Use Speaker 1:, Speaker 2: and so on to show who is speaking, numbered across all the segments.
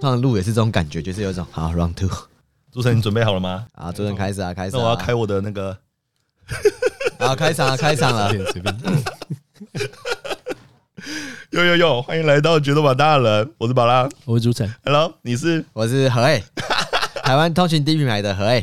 Speaker 1: 通常录也是这种感觉，就是有一种好 round two
Speaker 2: 主持人，你准备好了吗？
Speaker 1: 啊，主持人开始啊，开始、
Speaker 2: 那
Speaker 1: 啊，
Speaker 2: 我要开我的那个，
Speaker 1: 好，开场啊，开场 了
Speaker 3: 随，便随便，
Speaker 2: 哟哟哟，欢迎来到决斗吧大人，我是宝拉
Speaker 3: 我是主持人，
Speaker 2: ，Hello，你是
Speaker 1: 我是何诶，台湾通勤第一品牌的何哎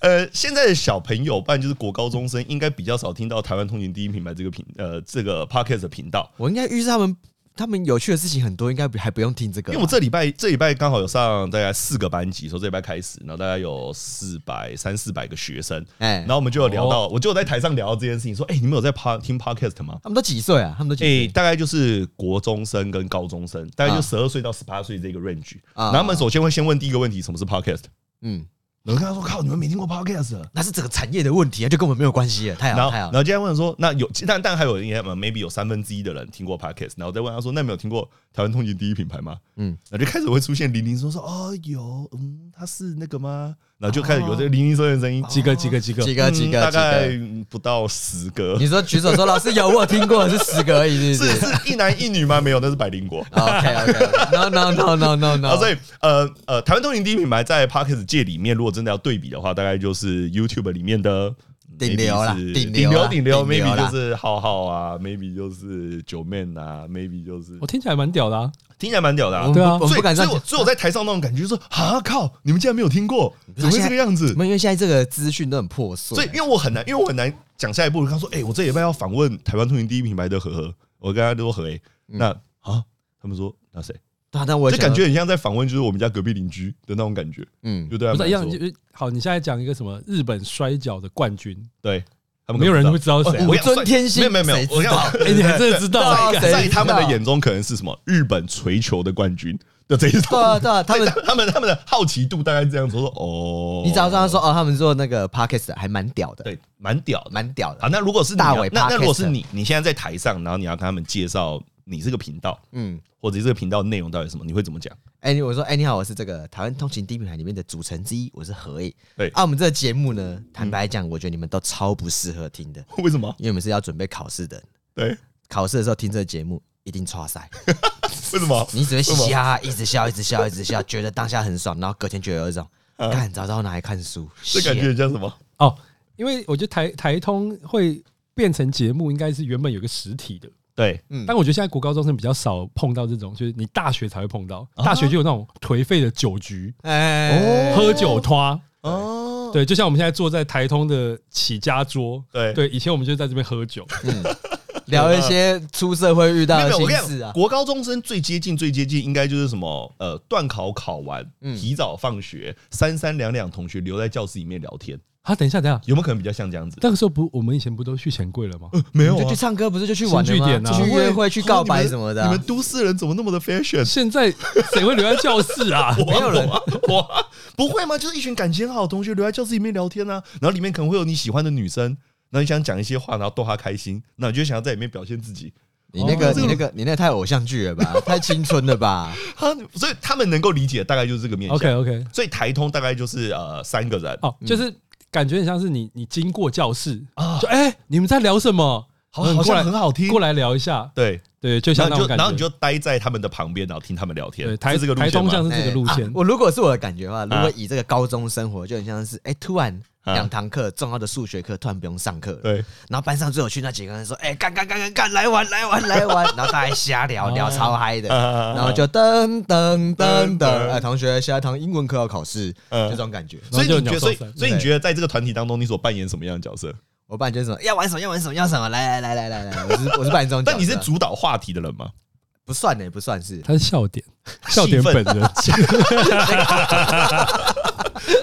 Speaker 1: 诶，
Speaker 2: 呃，现在的小朋友，不然就是国高中生，应该比较少听到台湾通勤第一品牌这个频呃这个 podcast 的频道，
Speaker 1: 我应该预示他们，他们有趣的事情很多，应该不还不用听这个
Speaker 3: 啊
Speaker 2: 因
Speaker 1: 吧，
Speaker 2: 为我这礼拜这礼拜刚好有上大概四个班级，从这礼拜开始，然后大概有四百三四百个学生，
Speaker 1: 哎
Speaker 2: 然，后我们就有聊
Speaker 3: 哦
Speaker 2: 到，我就有在台上聊到这件事情，说，哎、你们有在 p 听 podcast 吗？
Speaker 1: 他们都几岁啊？他们都几
Speaker 2: 诶、
Speaker 1: 岁？
Speaker 2: 大概就是国中生跟高中生，大概
Speaker 1: 啊
Speaker 2: 就十二岁到十八岁这个 range。
Speaker 1: 啊
Speaker 2: 然后他们首先会先问第一个问题，什么是 podcast？
Speaker 1: 嗯，
Speaker 2: 然后跟他说：“靠，你们没听过 podcast？”
Speaker 1: 那是整个产业的问题啊，就跟我们没有关系了，太
Speaker 2: 然
Speaker 1: 好
Speaker 2: 后，
Speaker 1: 太好
Speaker 2: 然
Speaker 1: 了，
Speaker 2: 后接下来问说：“那有，但但还有应该 maybe 有三分之一的人听过 podcast。”然后再问他说：“那没有听过台湾通勤第一品牌吗？”
Speaker 1: 嗯
Speaker 2: 嗯，那就开始会出现零零说说：“哦，有，嗯，他是那个吗？”然后就开始有这个零零说的声音，
Speaker 3: 几个几个几个
Speaker 1: 哦几个几
Speaker 2: 嗯
Speaker 1: 个
Speaker 2: 大
Speaker 1: 几
Speaker 2: 概
Speaker 1: 个，
Speaker 2: 不到十个
Speaker 1: 你，说举手说老师有，我有听过，是十个而已，是
Speaker 2: 是
Speaker 1: 不是
Speaker 2: 是一男一女吗？没有，那是百灵果。
Speaker 1: ？OK OK No No No No No
Speaker 2: 啊，所
Speaker 1: No，
Speaker 2: 以呃呃，台湾通勤第一品牌在 Parkes 界里面，如果真的要对比的话，大概就是 YouTube 里面的
Speaker 1: 顶流啦
Speaker 2: maybe 是
Speaker 1: 顶
Speaker 2: 顶
Speaker 1: 流
Speaker 2: 流
Speaker 1: 啦
Speaker 2: 顶流
Speaker 1: 顶流
Speaker 2: ，maybe
Speaker 1: 啦
Speaker 2: 就是浩浩啊，maybe 就是九妹啊，maybe 就是
Speaker 3: 我听起来蛮屌的啊，
Speaker 2: 听起来蛮屌的、啊
Speaker 1: 我。
Speaker 3: 对
Speaker 1: 们
Speaker 3: 啊
Speaker 1: 不我们
Speaker 2: 所以
Speaker 1: 不，敢这
Speaker 2: 所以
Speaker 1: 样
Speaker 2: 我，
Speaker 1: 讲。
Speaker 2: 所以我在台上那种感觉，就是说啊靠，你们竟然没有听过，怎么会这个样子
Speaker 1: 怎？么？因为现在这个资讯都很破碎，啊
Speaker 2: 所以，因为我很难，因为我很难讲下一步。我跟他说，哎、我这礼拜要访问台湾通勤第一品牌的何何，我跟他说何 A，那
Speaker 1: 嗯
Speaker 2: 啊，他们说那谁，
Speaker 1: 对啊，但我也
Speaker 2: 就
Speaker 1: 想
Speaker 2: 感觉很像在访问，就是我们家隔壁邻居的那种感觉，
Speaker 1: 嗯，
Speaker 2: 就对他们
Speaker 3: 不是
Speaker 2: 来
Speaker 3: 一样
Speaker 2: 说
Speaker 3: 就是好，你现在讲一个什么日本摔跤的冠军，
Speaker 2: 对他们
Speaker 3: 没有人会
Speaker 2: 会
Speaker 3: 知道是谁啊
Speaker 2: 我。
Speaker 1: 武尊天心
Speaker 2: 没有没有没
Speaker 1: 谁
Speaker 2: 有
Speaker 1: 知，
Speaker 2: 我要
Speaker 3: 哎，你还真 的知道啊？
Speaker 1: 对啊
Speaker 3: 干
Speaker 1: 谁
Speaker 2: 在他们
Speaker 1: 知道
Speaker 2: 的眼中可能是什么日本锤球的冠军的这一
Speaker 1: 对
Speaker 2: 种，
Speaker 1: 啊对啊，他们。
Speaker 2: 他们他们的好奇度大概这样子，我说哦，
Speaker 1: 你只要这样说哦，他们做那个 podcast 还蛮屌的，，
Speaker 2: 对，蛮屌的。
Speaker 1: 蛮屌的。
Speaker 2: 好，那如果是你
Speaker 1: 大
Speaker 2: 要
Speaker 1: 伟
Speaker 2: 那那如果
Speaker 1: Podcast
Speaker 2: 是你，你现在在台上，然后你要跟他们介绍你这个频道
Speaker 1: 嗯，
Speaker 2: 或者这个频道内容到底是什么，你会怎么讲？
Speaker 1: 哎、你我说，哎、你好，我是这个台湾通勤第一品牌里面的主持人之一，我是何毅。
Speaker 2: 对嗯
Speaker 1: 啊，我们这个节目呢，坦白讲，我觉得你们都超不适合听的，
Speaker 2: 为什么？
Speaker 1: 因为我们是要准备考试的，
Speaker 2: 对，
Speaker 1: 考试的时候听这个节目一定超 塞，
Speaker 2: 为什么？
Speaker 1: 你只会嘻嘻哈哈，一直笑，一直笑，一直笑，觉得当下很爽，然后隔天就有一种，干、早知道拿来看书，
Speaker 2: 嗯这感觉
Speaker 1: shit
Speaker 2: 很像什么？
Speaker 3: 哦，因为我觉得台台通会变成节目，应该是原本有个实体的，
Speaker 2: 对，
Speaker 1: 嗯
Speaker 3: 但我觉得现在国高中生比较少碰到这种，就是你大学才会碰到，大学就有那种颓废的酒局，
Speaker 1: 哎、
Speaker 3: 喝酒拖。
Speaker 2: 哦，
Speaker 3: 对，就像我们现在坐在台通的起家桌，
Speaker 2: 对
Speaker 3: 对，以前我们就在这边喝酒，
Speaker 1: 聊一些出社会遇到
Speaker 2: 没
Speaker 1: 的
Speaker 2: 有，我
Speaker 1: 心
Speaker 2: 跟你
Speaker 1: 事啊
Speaker 2: 讲，。国高中生最接近、最接近，应该就是什么？呃，段考考完，
Speaker 1: 嗯
Speaker 2: 提早放学，三三两两同学留在教室里面聊天，
Speaker 3: 啊，等一下，等一下，
Speaker 2: 有没有可能比较像这样子？
Speaker 3: 那个时候不，我们以前不都去钱柜了 吗？
Speaker 2: 没啊
Speaker 1: 你就去唱歌，不是就去玩了
Speaker 3: 新据点
Speaker 1: 吗？
Speaker 3: 啊
Speaker 1: 出去约会、去告白什么的啊、
Speaker 2: 你们都市人怎么那么的 fashion？
Speaker 3: 现在谁会留在教室 啊？
Speaker 2: 我
Speaker 1: 没有人
Speaker 2: 我我 不会吗？就是一群感情好的同学留在教室里面聊天啊，然后里面可能会有你喜欢的女生，然后你想讲一些话，然后逗她开心，那你就想要在里面表现自己
Speaker 1: 你那个、
Speaker 3: 哦
Speaker 1: 你那个、你那个太偶像剧了吧？太青春了吧？
Speaker 2: 啊，所以他们能够理解大概就是这个面向。
Speaker 3: OK OK，
Speaker 2: 所以台通大概就是呃三个人，
Speaker 3: 哦，就是感觉很像是你你经过教室
Speaker 1: 哦
Speaker 3: 啊，就哎、你们在聊什么？
Speaker 2: 好
Speaker 3: 嗯
Speaker 2: 好
Speaker 3: 过来
Speaker 2: 像很好听，
Speaker 3: 过来聊一下，
Speaker 2: 对，
Speaker 3: 对，就像
Speaker 2: 然
Speaker 3: 那
Speaker 2: 后你
Speaker 3: 种
Speaker 2: 就
Speaker 3: 感觉。
Speaker 2: 然后你就待在他们的旁边，然后听他们聊天
Speaker 3: 对。台
Speaker 2: 是这个路
Speaker 3: 台
Speaker 2: 线
Speaker 3: 东
Speaker 2: 吗
Speaker 3: 像是这个路
Speaker 1: 哎
Speaker 3: 线
Speaker 1: 啊，我如果是我的感觉的话，如果以这个高中生活，就很像是哎、突然
Speaker 2: 啊
Speaker 1: 两堂课重要的数学课突然不用上课了，
Speaker 2: 对，
Speaker 1: 然后班上最有趣那几个人说，哎、干干干干干，来玩来玩来 玩，然后大家瞎聊
Speaker 3: 啊
Speaker 1: 聊超嗨的，
Speaker 2: 哦啊
Speaker 1: 然后就噔噔噔噔，
Speaker 2: 噔噔
Speaker 1: 哎，同学，下一堂英文课要考试，
Speaker 2: 嗯
Speaker 1: 就这种感觉。
Speaker 2: 所以你觉
Speaker 3: 然后就
Speaker 2: 得，所以
Speaker 3: 有鸟兽散
Speaker 2: 所以你觉得在这个团体当中，你所扮演什么样的角色？
Speaker 1: 我扮演就是什么要玩什么要玩什么要什么，来来来来来来，我是我是扮演这种角色，
Speaker 2: 但你是主导话题的人吗？
Speaker 1: 不算呢、不算是。
Speaker 3: 他是 笑点，笑点
Speaker 2: 气氛
Speaker 3: 本人，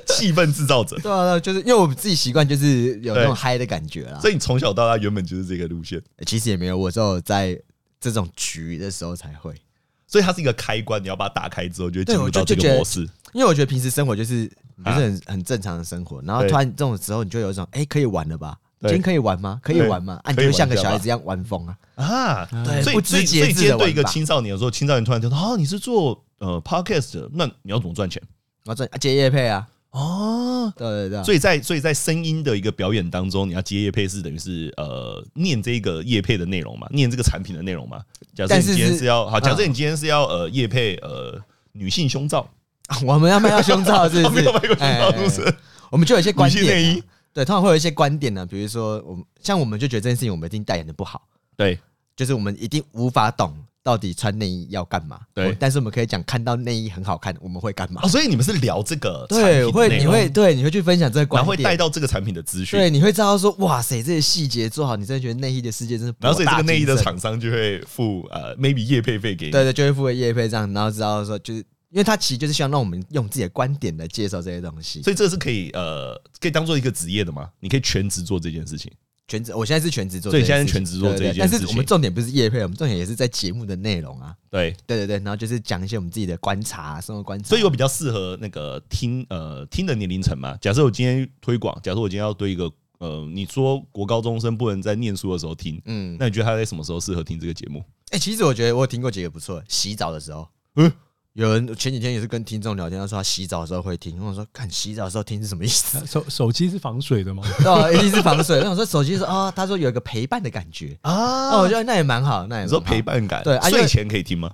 Speaker 2: 气氛制造者。
Speaker 1: 对 啊，对啊就是因为我自己习惯就是有那种
Speaker 2: 对
Speaker 1: 嗨的感觉啦。
Speaker 2: 所以你从小到大原本就是这个路线，
Speaker 1: 其实也没有，我只有在这种局的时候才会，
Speaker 2: 所以它是一个开关，你要把它打开之后，就会
Speaker 1: 对
Speaker 2: 进入
Speaker 1: 我就
Speaker 2: 到这
Speaker 1: 就觉
Speaker 2: 个
Speaker 1: 得
Speaker 2: 模式。
Speaker 1: 因为我觉得平时生活就是不是很、很正常的生活，然后
Speaker 2: 对
Speaker 1: 突然这种时候你就有一种哎、可以玩了吧？今
Speaker 2: 对
Speaker 1: 天可以玩吗？可以玩吗？啊，
Speaker 2: 对
Speaker 1: 你就会像个小孩子一样玩疯啊！
Speaker 2: 啊，
Speaker 1: 对
Speaker 2: 所
Speaker 1: 不
Speaker 2: 以
Speaker 1: 知
Speaker 2: 所以
Speaker 1: 节
Speaker 2: 所
Speaker 1: 制
Speaker 2: 以
Speaker 1: 的
Speaker 2: 今天对
Speaker 1: 玩
Speaker 2: 一个
Speaker 1: 法
Speaker 2: 青少年的时候，青少年突然就说：“啊，你是做呃 podcast，的那你要怎么赚钱
Speaker 1: 然后这啊接夜配啊，？”
Speaker 2: 哦，
Speaker 1: 对对对啊，
Speaker 2: 所以在所以在声音的一个表演当中，你要接叶配是等于是呃念这个叶配的内容嘛，念这个产品的内容嘛。假设
Speaker 1: 但
Speaker 2: 你
Speaker 1: 是啊
Speaker 2: 今天
Speaker 1: 是
Speaker 2: 是要好，假设
Speaker 1: 嗯
Speaker 2: 你今天是要呃叶配呃女性胸罩，
Speaker 1: 啊我们要卖到胸罩是
Speaker 2: 哦
Speaker 1: 不
Speaker 2: 没
Speaker 1: 是
Speaker 2: 有卖过？
Speaker 1: 哎
Speaker 2: 胸罩，是不是？
Speaker 1: 我们就有一些观
Speaker 2: 女性内
Speaker 1: 点
Speaker 2: 衣
Speaker 1: 啊，对，通常会有一些观点呢，比如说我们像我们就觉得这件事情我们一定代言的不好，
Speaker 2: 对，
Speaker 1: 就是我们一定无法懂到底穿内衣要干嘛。
Speaker 2: 对
Speaker 1: 我但是我们可以讲看到内衣很好看，我们会干嘛
Speaker 2: 哦，？所以你们是聊这个产
Speaker 1: 对，
Speaker 2: 品
Speaker 1: 会
Speaker 2: 内
Speaker 1: 你
Speaker 2: 容
Speaker 1: 会对你会去分享这个
Speaker 2: 然
Speaker 1: 观
Speaker 2: 后会带
Speaker 1: 点，
Speaker 2: 到这个产品的资讯，
Speaker 1: 对，你会知道说哇塞，这些细节做好，你真的觉得内衣的世界真是博大
Speaker 2: 然后所以这个内衣的
Speaker 1: 精深
Speaker 2: 厂商就会付呃 maybe 业配费给你。
Speaker 1: 对对，就会付给业配这样，然后知道说就是因为他其实就是希望让我们用自己的观点来介绍这些东西。
Speaker 2: 所以这是可以呃，可以当做一个职业的吗？你可以全职做这件事情。
Speaker 1: 全职，我现在是全职做
Speaker 2: 所
Speaker 1: 这
Speaker 2: 以
Speaker 1: 件事情，
Speaker 2: 现在是全职做
Speaker 1: 对对
Speaker 2: 这一
Speaker 1: 对
Speaker 2: 件
Speaker 1: 但是
Speaker 2: 事
Speaker 1: 我们
Speaker 2: 情
Speaker 1: 重点不是业配，我们重点也是在节目的内容啊。
Speaker 2: 对，
Speaker 1: 对对对，然后就是讲一些我们自己的观察、啊生活观察。
Speaker 2: 所以有比较适合那个听呃听的年龄层嘛？假设我今天推广，假设我今天要对一个呃，你说国高中生不能在念书的时候听，
Speaker 1: 嗯，
Speaker 2: 那你觉得他在什么时候适合听这个节目？
Speaker 1: 哎、其实我觉得我有听过几个不错的，洗澡的时候，
Speaker 2: 嗯
Speaker 1: 嗯，有人前几天也是跟听众聊天，他说他洗澡的时候会听，我说看洗澡的时候听是什么意 思？
Speaker 3: 手手机是防水的吗？
Speaker 1: 对啊， 一定是防水。那我说手机说啊、哦，他说有一个陪伴的感觉，
Speaker 2: 啊
Speaker 1: 哦，我觉得那也蛮好，那也
Speaker 2: 你
Speaker 1: 蛮
Speaker 2: 说
Speaker 1: 好
Speaker 2: 陪伴感，
Speaker 1: 对啊因为
Speaker 2: 睡前可以听吗？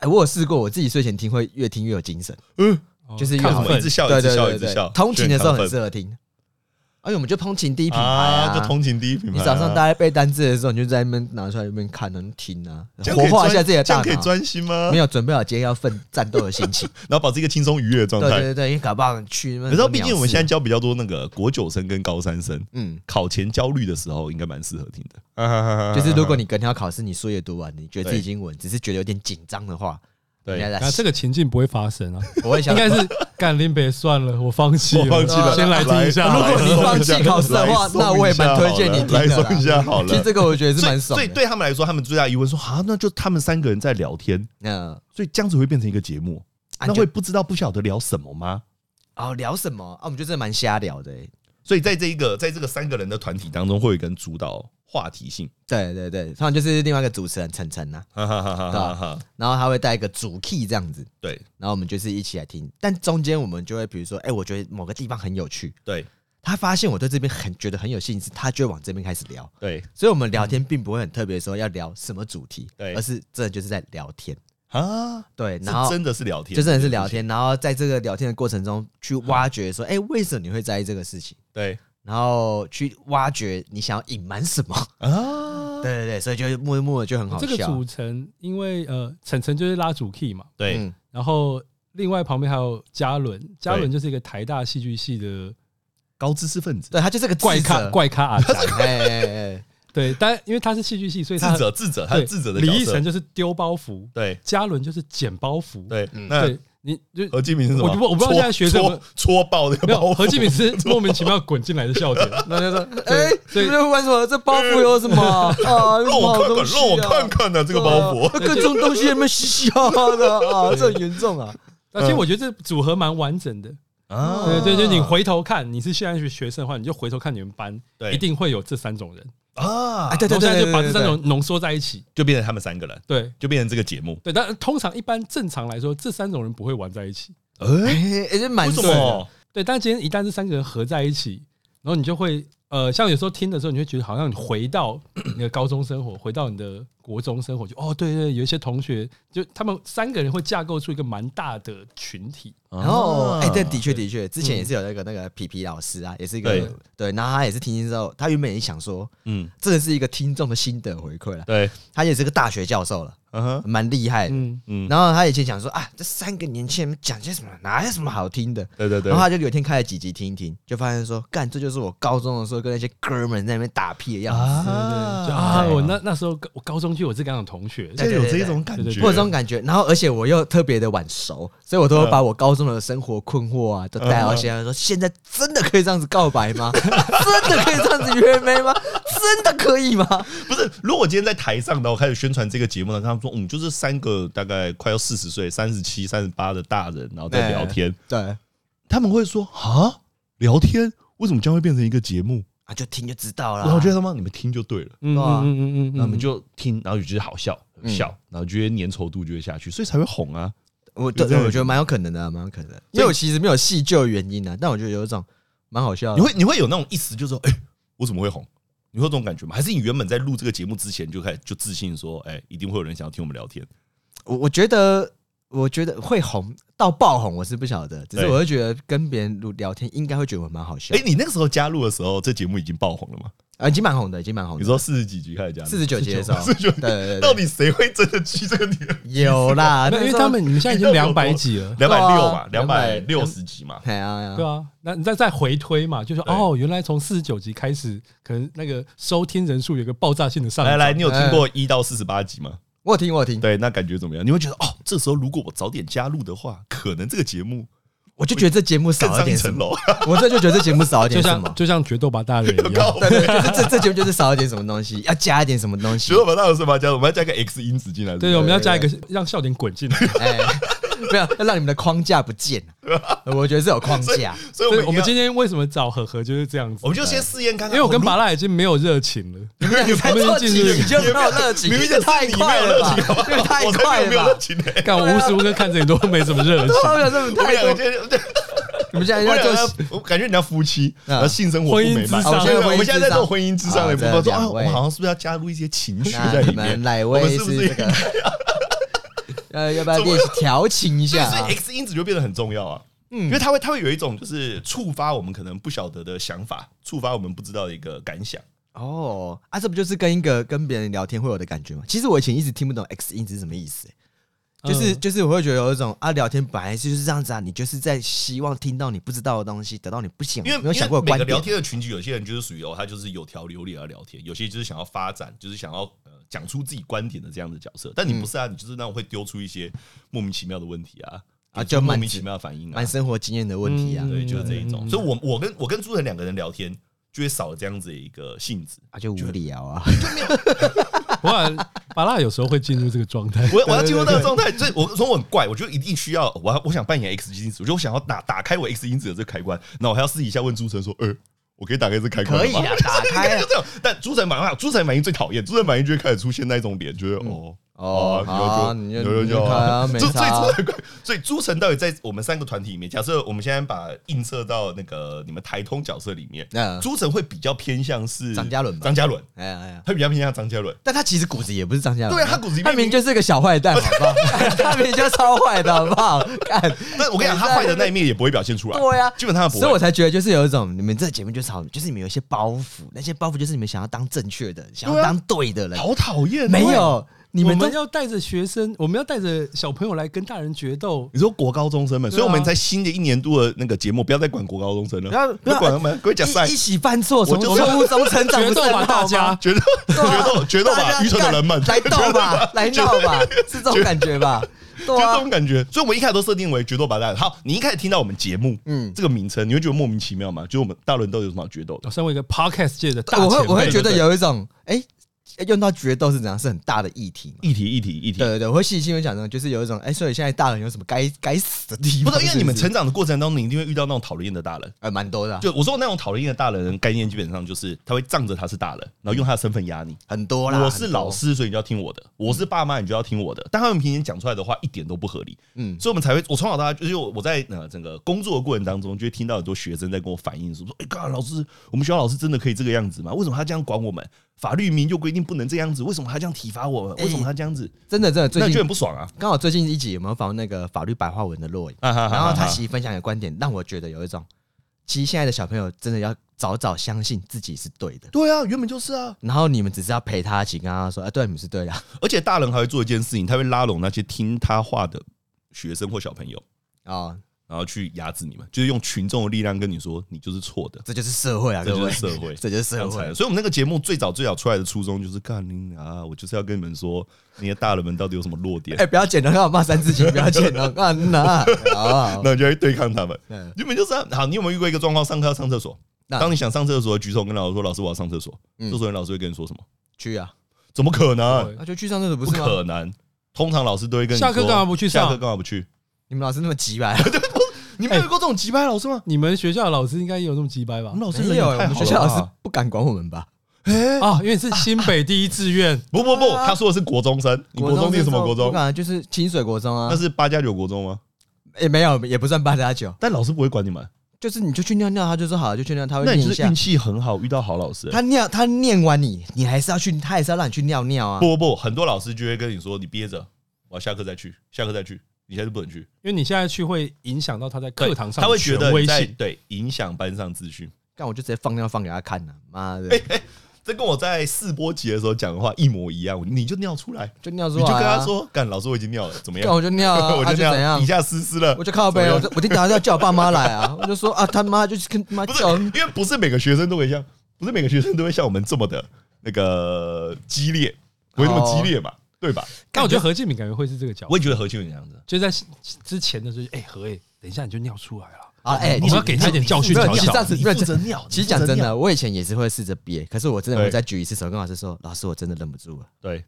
Speaker 1: 哎、我有试过，我自己睡前听会越听越有精神，
Speaker 2: 嗯，
Speaker 3: 哦
Speaker 1: 就是越
Speaker 3: 亢
Speaker 1: 好
Speaker 2: 看什么
Speaker 1: 听
Speaker 2: 一直笑
Speaker 1: 对
Speaker 2: 一直
Speaker 1: 对
Speaker 2: 笑
Speaker 1: 对
Speaker 2: 一直
Speaker 1: 对
Speaker 2: 笑
Speaker 1: 通勤的时候
Speaker 2: 就很
Speaker 1: 很
Speaker 2: 亢奋
Speaker 1: 适合听，而且我们就通勤第一品牌
Speaker 2: 啊，
Speaker 1: 啊，
Speaker 2: 就通勤第一品牌
Speaker 1: 你
Speaker 2: 啊。
Speaker 1: 早上大家在背单字的时候，你就在那边拿出来一边看，然后听啊，
Speaker 2: 这样可
Speaker 1: 活
Speaker 2: 以
Speaker 1: 化一
Speaker 2: 专
Speaker 1: 下自己的
Speaker 2: 这
Speaker 1: 大
Speaker 2: 样可以
Speaker 1: 脑。
Speaker 2: 专心吗？
Speaker 1: 没有准备好今天要奋战斗的心 情。
Speaker 2: 然后保持一个轻松愉悦的状
Speaker 1: 对
Speaker 2: 态
Speaker 1: 对。对对，因为搞不好去那边
Speaker 2: 可
Speaker 1: 很多鸟事。
Speaker 2: 是毕竟我们现在教比较多那个国九生跟高三生，
Speaker 1: 嗯，
Speaker 2: 考前焦虑的时候应该蛮适合听的。
Speaker 1: 就是如果你隔天要考试，你书也读完，你觉得自己已
Speaker 2: 对
Speaker 1: 经稳，只是觉得有点紧张的话，
Speaker 2: 对
Speaker 1: 应该
Speaker 3: 那
Speaker 1: 来
Speaker 3: 这个情境不会发生啊，
Speaker 1: 我会
Speaker 3: 应
Speaker 1: 想。
Speaker 3: 该是干林北算了，我放弃
Speaker 2: 我放弃了，
Speaker 3: 先来听一下。
Speaker 1: 如果你放弃考试的话
Speaker 2: 来
Speaker 1: 那我也蛮推荐你听的
Speaker 2: 来
Speaker 1: 啦
Speaker 2: 送一下好
Speaker 1: 其实
Speaker 2: 了。
Speaker 1: 这个我觉得是
Speaker 2: 所以
Speaker 1: 蛮爽
Speaker 2: 所以
Speaker 1: 的。
Speaker 2: 对他们来说，他们最大疑问说啊，那就他们三个人在聊天，
Speaker 1: 嗯，
Speaker 2: 所以这样子会变成一个节目，
Speaker 1: 啊
Speaker 2: 那
Speaker 1: 就
Speaker 2: 会不知道不晓得聊什么吗？
Speaker 1: 哦聊什么啊？我们就真的蛮瞎聊的欸。
Speaker 2: 所以在这一个在这个三个人的团体当中，会有一个人主导话题性。
Speaker 1: 对对对，通常就是另外一个主持人晨晨呐，
Speaker 2: 哈哈哈哈哈哈！
Speaker 1: 然后他会带一个主 key 这样子，
Speaker 2: 对
Speaker 1: 然后我们就是一起来听。但中间我们就会比如说，哎，我觉得某个地方很有趣，
Speaker 2: 对
Speaker 1: 他发现我对这边很觉得很有兴趣，他就会往这边开始聊。
Speaker 2: 对
Speaker 1: 所以我们聊天并不会很特别说要聊什么主题，
Speaker 2: 对
Speaker 1: 而是真的就是在聊天，
Speaker 2: 啊，
Speaker 1: 对，然
Speaker 2: 是
Speaker 1: 后
Speaker 2: 真的是聊天，
Speaker 1: 就真的是聊天，然后在这个聊天的过程中去挖掘说，哎、为什么你会在意这个事情？
Speaker 2: 对
Speaker 1: 然后去挖掘你想要隐瞒什 么，
Speaker 2: 啊
Speaker 1: 对，对对，所以就是默默的就很好
Speaker 3: 这个
Speaker 1: 笑，
Speaker 3: 组成，因为呃，晨晨就是拉主 key 嘛，
Speaker 2: 对，
Speaker 1: 嗯
Speaker 3: 然后另外旁边还有嘉伦，嘉伦就是一个台大戏剧系的
Speaker 2: 高知识分子，
Speaker 1: 对，他就是个
Speaker 3: 怪
Speaker 1: 智者
Speaker 3: 咖，怪咖 阿宅，
Speaker 1: 哎哎哎，
Speaker 3: 对，但因为他是戏剧系，所以他
Speaker 2: 智者智者，他
Speaker 3: 对
Speaker 2: 是智者的
Speaker 3: 李
Speaker 2: 角
Speaker 3: 易
Speaker 2: 色
Speaker 3: 晨。就是丢包袱，
Speaker 2: 对
Speaker 3: 嘉伦就是捡包袱，
Speaker 2: 对，
Speaker 1: 嗯
Speaker 2: 那
Speaker 3: 对你就
Speaker 2: 何金明是什么？
Speaker 3: 我不我不知道
Speaker 2: 戳
Speaker 3: 现在学生有没
Speaker 2: 戳
Speaker 3: 有
Speaker 2: 戳爆那个
Speaker 3: 没
Speaker 2: 包
Speaker 3: 有
Speaker 2: 袱
Speaker 3: 何敬敏是莫名其妙滚进来的 笑点，
Speaker 1: 那就说，
Speaker 3: 对
Speaker 1: 哎、
Speaker 3: 所以
Speaker 1: 你们玩什么？这包袱有 什么啊？有什
Speaker 2: 让
Speaker 1: 么
Speaker 2: 我
Speaker 1: 好
Speaker 2: 看
Speaker 1: 东
Speaker 2: 看，
Speaker 1: 西
Speaker 2: 让我
Speaker 1: 啊
Speaker 2: 看看呢、这个包
Speaker 1: 对啊
Speaker 2: 袱。哎
Speaker 1: 那各种东西有没有嘻嘻哈哈的啊？这很严重啊！
Speaker 3: 而且我觉得这组合蛮完整的。
Speaker 1: 啊
Speaker 3: 对对，就你回头看，你是现在是学生的话，你就回头看你们班，
Speaker 2: 对
Speaker 3: 一定会有这三种人。
Speaker 2: 啊
Speaker 1: 哎，，对对
Speaker 3: 我现在
Speaker 1: 对，
Speaker 3: 就把这三
Speaker 1: 对
Speaker 3: 种浓缩在一起。
Speaker 2: 就变成他们三个人，
Speaker 3: 对
Speaker 2: 就变成这个节目。
Speaker 3: 对，但通常一般正常来说，这三种人不会玩在一起。
Speaker 2: 哎、
Speaker 1: 哎，也是蛮
Speaker 2: 为什
Speaker 1: 顺的
Speaker 2: 么？啊
Speaker 3: 对，但今天一旦这三个人合在一起，然后你就会呃，像有时候听的时候，你会觉得好像你回到 你的高中生活，回到你的国中生活，就哦，对对，有一些同学就他们三个人会架构出一个蛮大的群体。
Speaker 1: 然后，哎、对，的确
Speaker 2: 确，
Speaker 1: 的确，之前也是有那个那个皮皮老师啊，也是一个
Speaker 2: 嗯对
Speaker 1: 对，然后他也是听听之后，他原本也想说，
Speaker 2: 嗯，
Speaker 1: 这个是一个听众的心得回馈了，
Speaker 2: 对，
Speaker 1: 他也是个大学教授了，
Speaker 2: 嗯哼，
Speaker 1: 蛮厉害的。
Speaker 3: 嗯，
Speaker 2: 嗯，
Speaker 1: 然后他以前想说啊，这三个年轻人讲些什么，哪有什么好听的？
Speaker 2: 对对对
Speaker 1: 然后，他就有一天开了几集听一听，就发现说，干，这就是我高中的时候跟那些哥们在那边打屁的样子，
Speaker 3: 对对，就啊，我那那时候我高中就有这两种同学，
Speaker 2: 就有这种感
Speaker 3: 对
Speaker 2: 觉，
Speaker 3: 对
Speaker 1: 我有这种感觉。然后，而且我又特别的晚熟，所以我都
Speaker 2: 嗯
Speaker 1: 会把我高中的生活困惑啊，都带到现在。说现在真的可以这样子告白吗？ 真的可以这样子约妹吗？ 真的可以吗？
Speaker 2: 不是，如果我今天在台上，然后开始宣传这个节目呢，跟他们说，嗯，就是三个大概快要四十岁、三十七、三十八的大人，然后在聊天，
Speaker 3: 哎
Speaker 1: 对啊，
Speaker 2: 他们会说啊，聊天为什么将会变成一个节目？
Speaker 1: 啊就听就知道了。
Speaker 2: 然后我觉得他妈你们听就对了，
Speaker 3: 嗯嗯嗯嗯嗯，
Speaker 2: 那我们就听，然后就觉得好笑
Speaker 1: 嗯
Speaker 2: 笑，然后觉得粘稠度就会下去，所以才会红啊。
Speaker 1: 我
Speaker 2: 有
Speaker 1: 对，
Speaker 2: 这样
Speaker 1: 我觉得蛮有可能的啊，蛮有可能的。因为我其实没有细究原因啊，但我觉得有一种蛮好笑的。
Speaker 2: 你会你会有那种意识，就是说，哎、我怎么会红？你会有这种感觉吗？还是你原本在录这个节目之前就开始就自信说，哎、一定会有人想要听我们聊天？
Speaker 1: 我我觉得，我觉得会红到爆红，我是不晓得，只是
Speaker 2: 对
Speaker 1: 我会觉得跟别人聊天应该会觉得我蛮好笑
Speaker 2: 哎、，你那个时候加入的时候，这节目已经爆红了吗？
Speaker 1: 啊，已经蛮红的，已经蛮红
Speaker 2: 你
Speaker 1: 的。
Speaker 2: 说四十几集开始加入，
Speaker 1: 四十九集的时候，
Speaker 2: 49
Speaker 1: 对对对
Speaker 2: 到
Speaker 1: 对，
Speaker 2: 底谁会真的去这个年？
Speaker 1: 有 啦，
Speaker 3: 没有
Speaker 1: 那
Speaker 3: 因为
Speaker 1: 时候
Speaker 3: 他们你们现在已经两百集了，
Speaker 2: 两百六嘛，
Speaker 1: 对
Speaker 2: 两
Speaker 1: 啊
Speaker 2: 百六十集嘛。
Speaker 1: 哎呀哎呀
Speaker 3: 对啊，那你再再回推嘛，就说
Speaker 2: 对
Speaker 3: 哦，原来从四十九集开始，可能那个收听人数有个爆炸性的上
Speaker 2: 来
Speaker 3: 涨。
Speaker 2: 来，你有听
Speaker 1: 嗯
Speaker 2: 过一到四十八集吗？
Speaker 1: 我有听我有听，
Speaker 2: 对，那感觉怎么样？你会觉得哦，这时候如果我早点加入的话，可能这个节目
Speaker 1: 我就觉得这节目
Speaker 2: 更
Speaker 1: 少一
Speaker 2: 上一
Speaker 1: 点什
Speaker 2: 层
Speaker 1: 么，
Speaker 2: 楼。
Speaker 1: 我这就觉得这节目少一
Speaker 3: 就
Speaker 1: 点什么
Speaker 3: 像。就像决斗吧大人一样
Speaker 2: 高，
Speaker 1: 对对，就是这这节目就是少一点什么东西，要加一点什么东西
Speaker 2: 学。我们那有什么加入？我们要加个 X 因子进来。
Speaker 3: 对，
Speaker 2: 是
Speaker 3: 我
Speaker 2: 不
Speaker 3: 们
Speaker 2: 是
Speaker 3: 要加一个让笑点滚进来。
Speaker 1: 哎，没有要让你们的框架不见，啊我觉得是有框架。
Speaker 2: 所以我
Speaker 3: 所以
Speaker 2: 们
Speaker 3: 我们
Speaker 2: 今
Speaker 3: 今天为什么找何何就是这样子
Speaker 2: 我？们就先试验看看。
Speaker 3: 因为我跟
Speaker 2: 哦
Speaker 3: 巴拉已经没有热情了。
Speaker 1: 你们俩才做几集就没有热情，
Speaker 2: 明明就
Speaker 1: 这
Speaker 2: 是
Speaker 1: 太快了吧
Speaker 2: 你没有热情好不？
Speaker 1: 这个太快
Speaker 2: 我才没有
Speaker 1: 了
Speaker 2: 热
Speaker 1: 吧？
Speaker 2: 情呢。
Speaker 3: 干，我无时无刻看着你都没什么热 情。
Speaker 1: 我想这么
Speaker 2: 我们
Speaker 1: 太
Speaker 2: 两个
Speaker 1: 多，
Speaker 2: 今天。
Speaker 1: 你们现在
Speaker 3: 哎
Speaker 2: 我
Speaker 1: 要
Speaker 2: 两
Speaker 1: 做
Speaker 2: 个，我感觉你像夫妻，
Speaker 1: 嗯
Speaker 2: 然后性生活不美满。
Speaker 3: 啊婚姻之上哦
Speaker 2: 啊
Speaker 1: 啊
Speaker 2: 我们现在在做婚姻之上的部
Speaker 1: 啊
Speaker 2: 分，
Speaker 1: 这
Speaker 2: 说
Speaker 1: 两
Speaker 2: 啊，我
Speaker 1: 位
Speaker 2: 们好像是不是要加入一些情绪
Speaker 1: 那
Speaker 2: 在
Speaker 1: 你
Speaker 2: 里面
Speaker 1: 们？哪
Speaker 2: 我们
Speaker 1: 位
Speaker 2: 是不是
Speaker 1: 这个？呃，要不要练习调情一
Speaker 2: 对，
Speaker 1: 下
Speaker 2: 所
Speaker 1: 啊
Speaker 2: 以？X 因子就变得很重要啊。
Speaker 1: 嗯
Speaker 2: 因为它会，它会有一种就是触发我们可能不晓得的想法，触发我们不知道的一个感想。
Speaker 1: 哦，啊，这不就是跟一个跟别人聊天会有的感觉吗？其实我以前一直听不懂 X 因子是什么意思、欸就是
Speaker 3: 嗯
Speaker 1: 就是我会觉得有一种啊，聊天本来就是这样子啊，你就是在希望听到你不知道的东西，得到你不想
Speaker 2: 因为
Speaker 1: 没有想过
Speaker 2: 因
Speaker 1: 的观
Speaker 2: 为每个聊
Speaker 1: 点。
Speaker 2: 天的群体，有些人就是属于哦，他就是有条有理而聊天；有些就是想要发展，就是想要呃讲出自己观点的这样的角色。但你不是啊，你就是那种会丢出一些莫名其妙的问题啊，
Speaker 1: 啊
Speaker 2: 给出
Speaker 1: 就慢
Speaker 2: 莫名其
Speaker 1: 子
Speaker 2: 妙的反应啊
Speaker 1: 蛮，生活经验的问题啊，
Speaker 3: 嗯
Speaker 2: 对，就是这一种。
Speaker 3: 嗯
Speaker 2: 所以我，我跟我跟朱晨两个人聊天，就会少了这样子的一个性质。
Speaker 1: 啊就无聊啊，
Speaker 3: 不过巴拉有时候会进入这个状态。
Speaker 2: 我我要进入那个状态，所以我说我很怪，我就一定需要，我要我想扮演 X 因子，我就想要打打开我 X 因子的这个开关，那我还要私底下问朱晨说，呃，我可以打开这个开关吗
Speaker 1: 可以啊，打开啊
Speaker 2: 就这种，但朱晨反应，朱晨反应最讨厌，朱晨反应就会开始出现那一种脸，就是哦。
Speaker 1: 哦，
Speaker 2: 啊
Speaker 1: 好，
Speaker 2: 你
Speaker 1: 你
Speaker 2: 就
Speaker 1: 就
Speaker 2: 有有
Speaker 1: 你就
Speaker 2: 有
Speaker 1: 看 啊，没
Speaker 2: 所以
Speaker 1: 差啊
Speaker 2: 所以朱，晨，所以朱晨到底在我们三个团体里面，假设我们现在把映射到那个你们台通角色里面，
Speaker 1: 那
Speaker 2: 朱晨会比较偏向是
Speaker 1: 嗯张嘉伦吧
Speaker 2: 张嘉伦，
Speaker 1: 哎呀哎呀，
Speaker 2: 他比较偏向张嘉 伦。
Speaker 1: 但他其实骨子也不是张家伦，
Speaker 2: 对啊他骨子里面
Speaker 1: 他明明就是个小坏蛋， 好不好？ 他明明就超坏的，好不好？看。
Speaker 2: 但我跟你讲，他坏的那一面也不会表现出来。
Speaker 1: 对啊
Speaker 2: 基本上不
Speaker 1: 所以我
Speaker 2: 会。
Speaker 1: 才觉得就是有一种你们这节目就是好，就是你们有一些包袱，那些包袱就是你们想要当正确的，想要当对的人，
Speaker 2: 啊 好讨厌，
Speaker 1: 没。有你
Speaker 3: 我
Speaker 1: 们都
Speaker 3: 们要带着学生，我们要带着小朋友来跟大人决斗。
Speaker 2: 你说国高中生们，
Speaker 3: 对啊
Speaker 2: 所以我们在新的一年度的那个节目，不要再管国高中生了，
Speaker 1: 不要
Speaker 2: 不要管他们，各位讲赛
Speaker 1: 一一，起犯错，
Speaker 2: 我
Speaker 1: 从
Speaker 2: 就
Speaker 1: 错
Speaker 2: 是
Speaker 1: 误中成长，
Speaker 3: 决
Speaker 1: 不
Speaker 3: 斗
Speaker 1: 是
Speaker 3: 吧，
Speaker 1: 很好
Speaker 3: 大
Speaker 1: 吗
Speaker 3: 家！
Speaker 2: 决斗，决斗，决斗
Speaker 1: 啊大
Speaker 2: 吧，
Speaker 1: 家
Speaker 2: 愚蠢的人们，
Speaker 1: 来 斗吧，啊来闹吧，是这种感觉吧？
Speaker 2: 就
Speaker 1: 对
Speaker 2: 这
Speaker 1: 啊
Speaker 2: 种，感觉。所以我们一开始都设定为决斗吧大人。好，你一开始听到我们节目，嗯
Speaker 1: 嗯，
Speaker 2: 这个名称，你会觉得莫名其妙吗？就是我们大轮斗有什么好决斗的？
Speaker 3: 我哦身为一个 podcast 界的大
Speaker 1: 我
Speaker 3: 前
Speaker 1: 会
Speaker 3: 辈，
Speaker 1: 我会觉得
Speaker 2: 对对对
Speaker 1: 有一种哎，用到决斗是怎样，是很大的议题嘛。
Speaker 2: 议题，议题，议题
Speaker 1: 对。对对，我会细心的讲呢，就是有一种哎，所以现在大人有什么该该死的地
Speaker 2: 不
Speaker 1: 方？
Speaker 2: 是，因为你们
Speaker 1: 是
Speaker 2: 成长的过程当中，你一定会遇到那种讨人厌的大人。
Speaker 1: 呃蛮多的啊，
Speaker 2: 就我说那种讨人厌的大人，概念基本上就是他会仗着他是大人，然后用他的身份压你。
Speaker 1: 很多啦。
Speaker 2: 我是
Speaker 1: 很多嗯
Speaker 2: 老师，所以你就要听我的；我是爸妈，你就要听我的。但他们平时讲出来的话一点都不合理，嗯，
Speaker 1: 嗯
Speaker 2: 所以我们才会，我从小到大就是我我在呃整个工作的过程当中，就会听到很多学生在跟我反映说说，哎、干老师，我们学校老师真的可以这个样子吗？为什么他这样管我们？法律明明就规定不能这样子，为什么他这样体罚我们？
Speaker 1: 哎
Speaker 2: 为什么他这样子？
Speaker 1: 真的真的，
Speaker 2: 那
Speaker 1: 最
Speaker 2: 你就很
Speaker 1: 近
Speaker 2: 不爽啊！
Speaker 1: 刚好最近一集有没有访问那个法律白话文的洛影？
Speaker 2: 啊哈哈 哈
Speaker 1: 然
Speaker 2: 哈
Speaker 1: 后他其实分享一个观点，让我觉得有一种，其实现在的小朋友真的要早早相信自己是对的，
Speaker 2: 对啊，原本就是啊，
Speaker 1: 然后你们只是要陪他一起跟他说，啊，对，你们是 对的啊，
Speaker 2: 而且大人还会做一件事情，他会拉拢那些听他话的学生或小朋友，
Speaker 1: 哦，
Speaker 2: 然后去压制你们，就是用群众的力量跟你说，你就是错的。
Speaker 1: 这就是社会啊，
Speaker 2: 这
Speaker 1: 各
Speaker 2: 就
Speaker 1: 位
Speaker 2: 是，社 会，
Speaker 1: 这就是社
Speaker 2: 这样才
Speaker 1: 会
Speaker 2: 有。所以，我们那个节目最早最早出来的初衷就是干你啊，我就是要跟你们说，那些大人们到底有什么弱点
Speaker 1: 哎、，不要剪了，让我骂三字 经，不要剪了，啊那啊，
Speaker 2: 那你就会对抗他们。
Speaker 1: 嗯
Speaker 2: 原本就是啊好，你有没有遇过一个状况，上课要上厕所？
Speaker 1: 那
Speaker 2: 当你想上厕所，举手跟老师说：“老师，我要上厕所。”
Speaker 1: 嗯
Speaker 2: 这时候老师会跟你说什么？
Speaker 1: 去啊，
Speaker 2: 怎么可能？
Speaker 1: 那、就去上厕所不
Speaker 2: 不
Speaker 1: 是吗？
Speaker 2: 可能。通常老师都会跟你说
Speaker 3: 下课干嘛不去上
Speaker 2: 下课干嘛不去？
Speaker 1: 你们老师那么急吧？
Speaker 2: 你没有遇过这种急拍老师吗？
Speaker 3: 你们学校的老师应该也有那么鸡掰吧
Speaker 2: 我？们老师人
Speaker 1: 没
Speaker 2: 也
Speaker 1: 哦有、哎
Speaker 2: 太
Speaker 1: 我们
Speaker 2: 好
Speaker 1: 学校
Speaker 2: 了
Speaker 1: 老师
Speaker 2: 吧。
Speaker 1: 不敢管我们吧？
Speaker 3: 啊，因为是新北第一志愿，
Speaker 2: 不不不，
Speaker 1: 啊
Speaker 2: 他说的是国中生。你国中念什么国
Speaker 1: 不
Speaker 2: 中？
Speaker 1: 敢啊，就是清水国中啊
Speaker 2: 那，是八加九国中吗？
Speaker 1: 也、没有，也不算八加九，
Speaker 2: 但老师不会管你们，
Speaker 1: 就是你就去尿尿，他就说好，就去尿，他会
Speaker 2: 那
Speaker 1: 念
Speaker 2: 你
Speaker 1: 一
Speaker 2: 就是
Speaker 1: 下
Speaker 2: 运。气很好，遇到好老师。
Speaker 1: 他念他念完你，你还是要去，他也是要让你去尿尿啊。
Speaker 2: 不不不，很多老师就会跟你说，你憋着，我要下课再去，下课再去。你你现在就不能去，
Speaker 3: 因为你现在去会影响到他在
Speaker 2: 对
Speaker 3: 课堂上
Speaker 2: 他会觉得
Speaker 3: 危
Speaker 2: 你在
Speaker 3: 险。
Speaker 2: 对影响班上秩序。
Speaker 1: 干我就直接放尿放给他看了，妈的，
Speaker 2: 哎这跟我在试播集的时候讲的话一模一样，你就尿出来，
Speaker 1: 就尿出
Speaker 2: 你
Speaker 1: 来、啊，
Speaker 2: 就跟他，说：“干，老师我已经尿了，怎么样
Speaker 1: 干？” 我就尿啊，
Speaker 2: 我
Speaker 1: 啊
Speaker 2: 就
Speaker 1: 就
Speaker 2: 这
Speaker 1: 怎
Speaker 2: 样，
Speaker 1: 样
Speaker 2: 底，下湿湿了
Speaker 1: 我。就靠背，我就我就等下要叫我爸妈来啊，我就说啊他妈就是跟他妈
Speaker 2: 不是，
Speaker 1: 叫，
Speaker 2: 因为不是每个学生都会像，不是每个学生都会像我们这么的那个激烈，不会那么激烈嘛，对吧？
Speaker 3: 但我觉得何敬敏感觉会是这个角度，
Speaker 2: 也觉得何庆云这样子，
Speaker 3: 就在之前的时候，哎、何哎，等一下你就尿出来了
Speaker 1: 啊哎
Speaker 3: 我们要给他一点教训
Speaker 1: 没有
Speaker 3: 教
Speaker 1: 其实
Speaker 3: 训
Speaker 1: 这。样子
Speaker 2: 你
Speaker 1: 没有
Speaker 2: 负责尿
Speaker 1: 其实
Speaker 2: 你负责
Speaker 1: 讲真
Speaker 2: 尿
Speaker 1: 的，我以前也是会试着憋，可是我真的会
Speaker 2: 对
Speaker 1: 再举一次手跟老师说，老师我真的忍不住了。
Speaker 2: 对，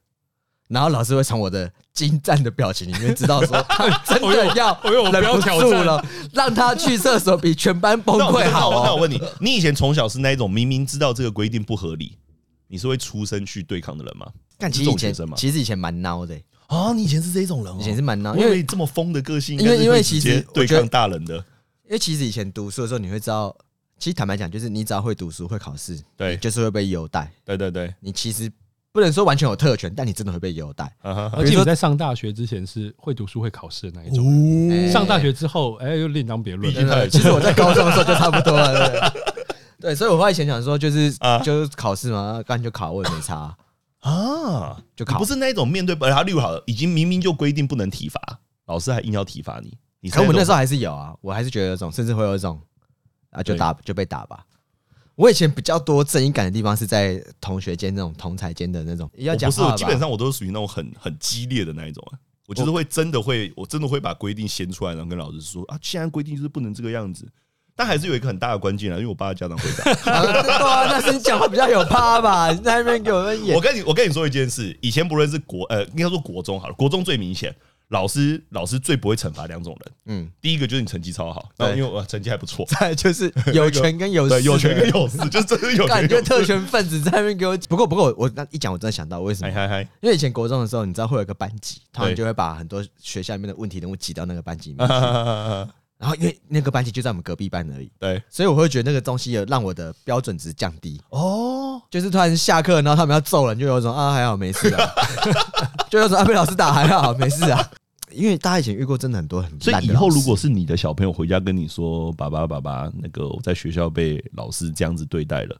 Speaker 1: 然后老师会从我的精湛的表情里面知道说，他真的要
Speaker 3: 哎呦我不要
Speaker 1: 忍不
Speaker 3: 挑
Speaker 1: 住
Speaker 3: 战
Speaker 1: 了，让他去厕所比全班崩
Speaker 2: 那我
Speaker 1: 溃好
Speaker 2: 那我那我
Speaker 1: 哦。
Speaker 2: 问你，你以前从小是那一种明明知道这个规定不合理，你是会出声去对抗的人吗？
Speaker 1: 但其
Speaker 2: 是
Speaker 1: 实
Speaker 2: 这
Speaker 1: 以
Speaker 2: 种学
Speaker 1: 前
Speaker 2: 生吗？
Speaker 1: 其实以前蛮孬的欸，
Speaker 3: 哦
Speaker 2: 啊，你以前是这种人哦，
Speaker 1: 以前是蛮孬，
Speaker 2: 我以
Speaker 1: 因为
Speaker 2: 为这么疯的个性，
Speaker 1: 因为
Speaker 2: 应该是
Speaker 1: 因为
Speaker 2: 可以
Speaker 1: 其
Speaker 2: 直接
Speaker 1: 实我
Speaker 2: 对
Speaker 1: 觉得
Speaker 2: 抗大人的，
Speaker 1: 因为其实以前读书的时候，你会知道，其实坦白讲，就是你只要会读书、会考试，
Speaker 2: 对
Speaker 1: 就是会被优待。
Speaker 2: 对对对，
Speaker 1: 你其实不能说完全有特权，但你真的会被优待。
Speaker 2: 啊哈哈
Speaker 3: 而且我在上大学之前是会读书会考试的那一种，
Speaker 1: 哎
Speaker 3: 嗯上大学之后，哎、又另当别论
Speaker 2: 毕竟
Speaker 3: 了。
Speaker 1: 真的，其实我在高中的时候就差不多了。对不对对，所以我后来以前想说，就是
Speaker 2: 啊
Speaker 1: 就是考试嘛，干就考，我也没差。
Speaker 2: 啊，
Speaker 1: 哎就
Speaker 2: 你
Speaker 1: 考
Speaker 2: 不是那一种面对，然后例如好了，已经明明就规定不能体罚，老师还硬要体罚你，你
Speaker 1: 可我那时
Speaker 2: 候
Speaker 1: 候还是有啊，我还是觉得有种，甚至会有一种啊，就打就被打吧。我以前比较多正义感的地方是在同学间那种同才间的那种，要
Speaker 2: 我
Speaker 1: 讲
Speaker 2: 不是，
Speaker 1: 话
Speaker 2: 我
Speaker 1: 吧
Speaker 2: 基本上我都是属于那种很很激烈的那一种啊。我就是会真的会，我真的会把规定掀出来，然后跟老师说啊，现在规定就是不能这个样子。但还是有一个很大的关键啊，因为我爸的家长会 长。
Speaker 1: 啊对啊，那是你讲话比较有趴吧？你在那边给我们演
Speaker 2: 我，跟你我跟你说一件事，以前不论是国呃，应该说国中好了，国中最明显，老师老师最不会惩罚两种人，
Speaker 1: 嗯，
Speaker 2: 第一个就是你成绩超好，那因
Speaker 1: 对
Speaker 2: 为我成绩还不错，
Speaker 1: 再来就是有权跟有势，
Speaker 2: 对，有权跟有势，就是真的是有
Speaker 1: 感
Speaker 2: 权
Speaker 1: 觉
Speaker 2: 有势。
Speaker 1: 特权分子在那边给我。不过不过我我那一讲我真的想到为什
Speaker 2: 嗨
Speaker 1: 么？
Speaker 2: 嗨嗨，
Speaker 1: 因为以前国中的时候，你知道会有一个班级，他们
Speaker 2: 对
Speaker 1: 就会把很多学校里面的问题人物挤到那个班级里面
Speaker 2: 啊
Speaker 1: 去
Speaker 2: 哈，哈哈哈
Speaker 1: 然后因为那个班级就在我们隔壁班而已。
Speaker 2: 对，
Speaker 1: 所以我会觉得那个东西有让我的标准值降低，
Speaker 2: 哦，
Speaker 1: 就是突然下课，然后他们要揍人，就有一种啊还好没事啊， 就有种啊被老师打还好没事啊，因为大家以前遇过真的很多很烂的
Speaker 2: 所
Speaker 1: 老
Speaker 2: 以
Speaker 1: 师
Speaker 2: 以后如果是你的小朋友回家跟你说，爸爸爸爸，那个我在学校被老师这样子对待了，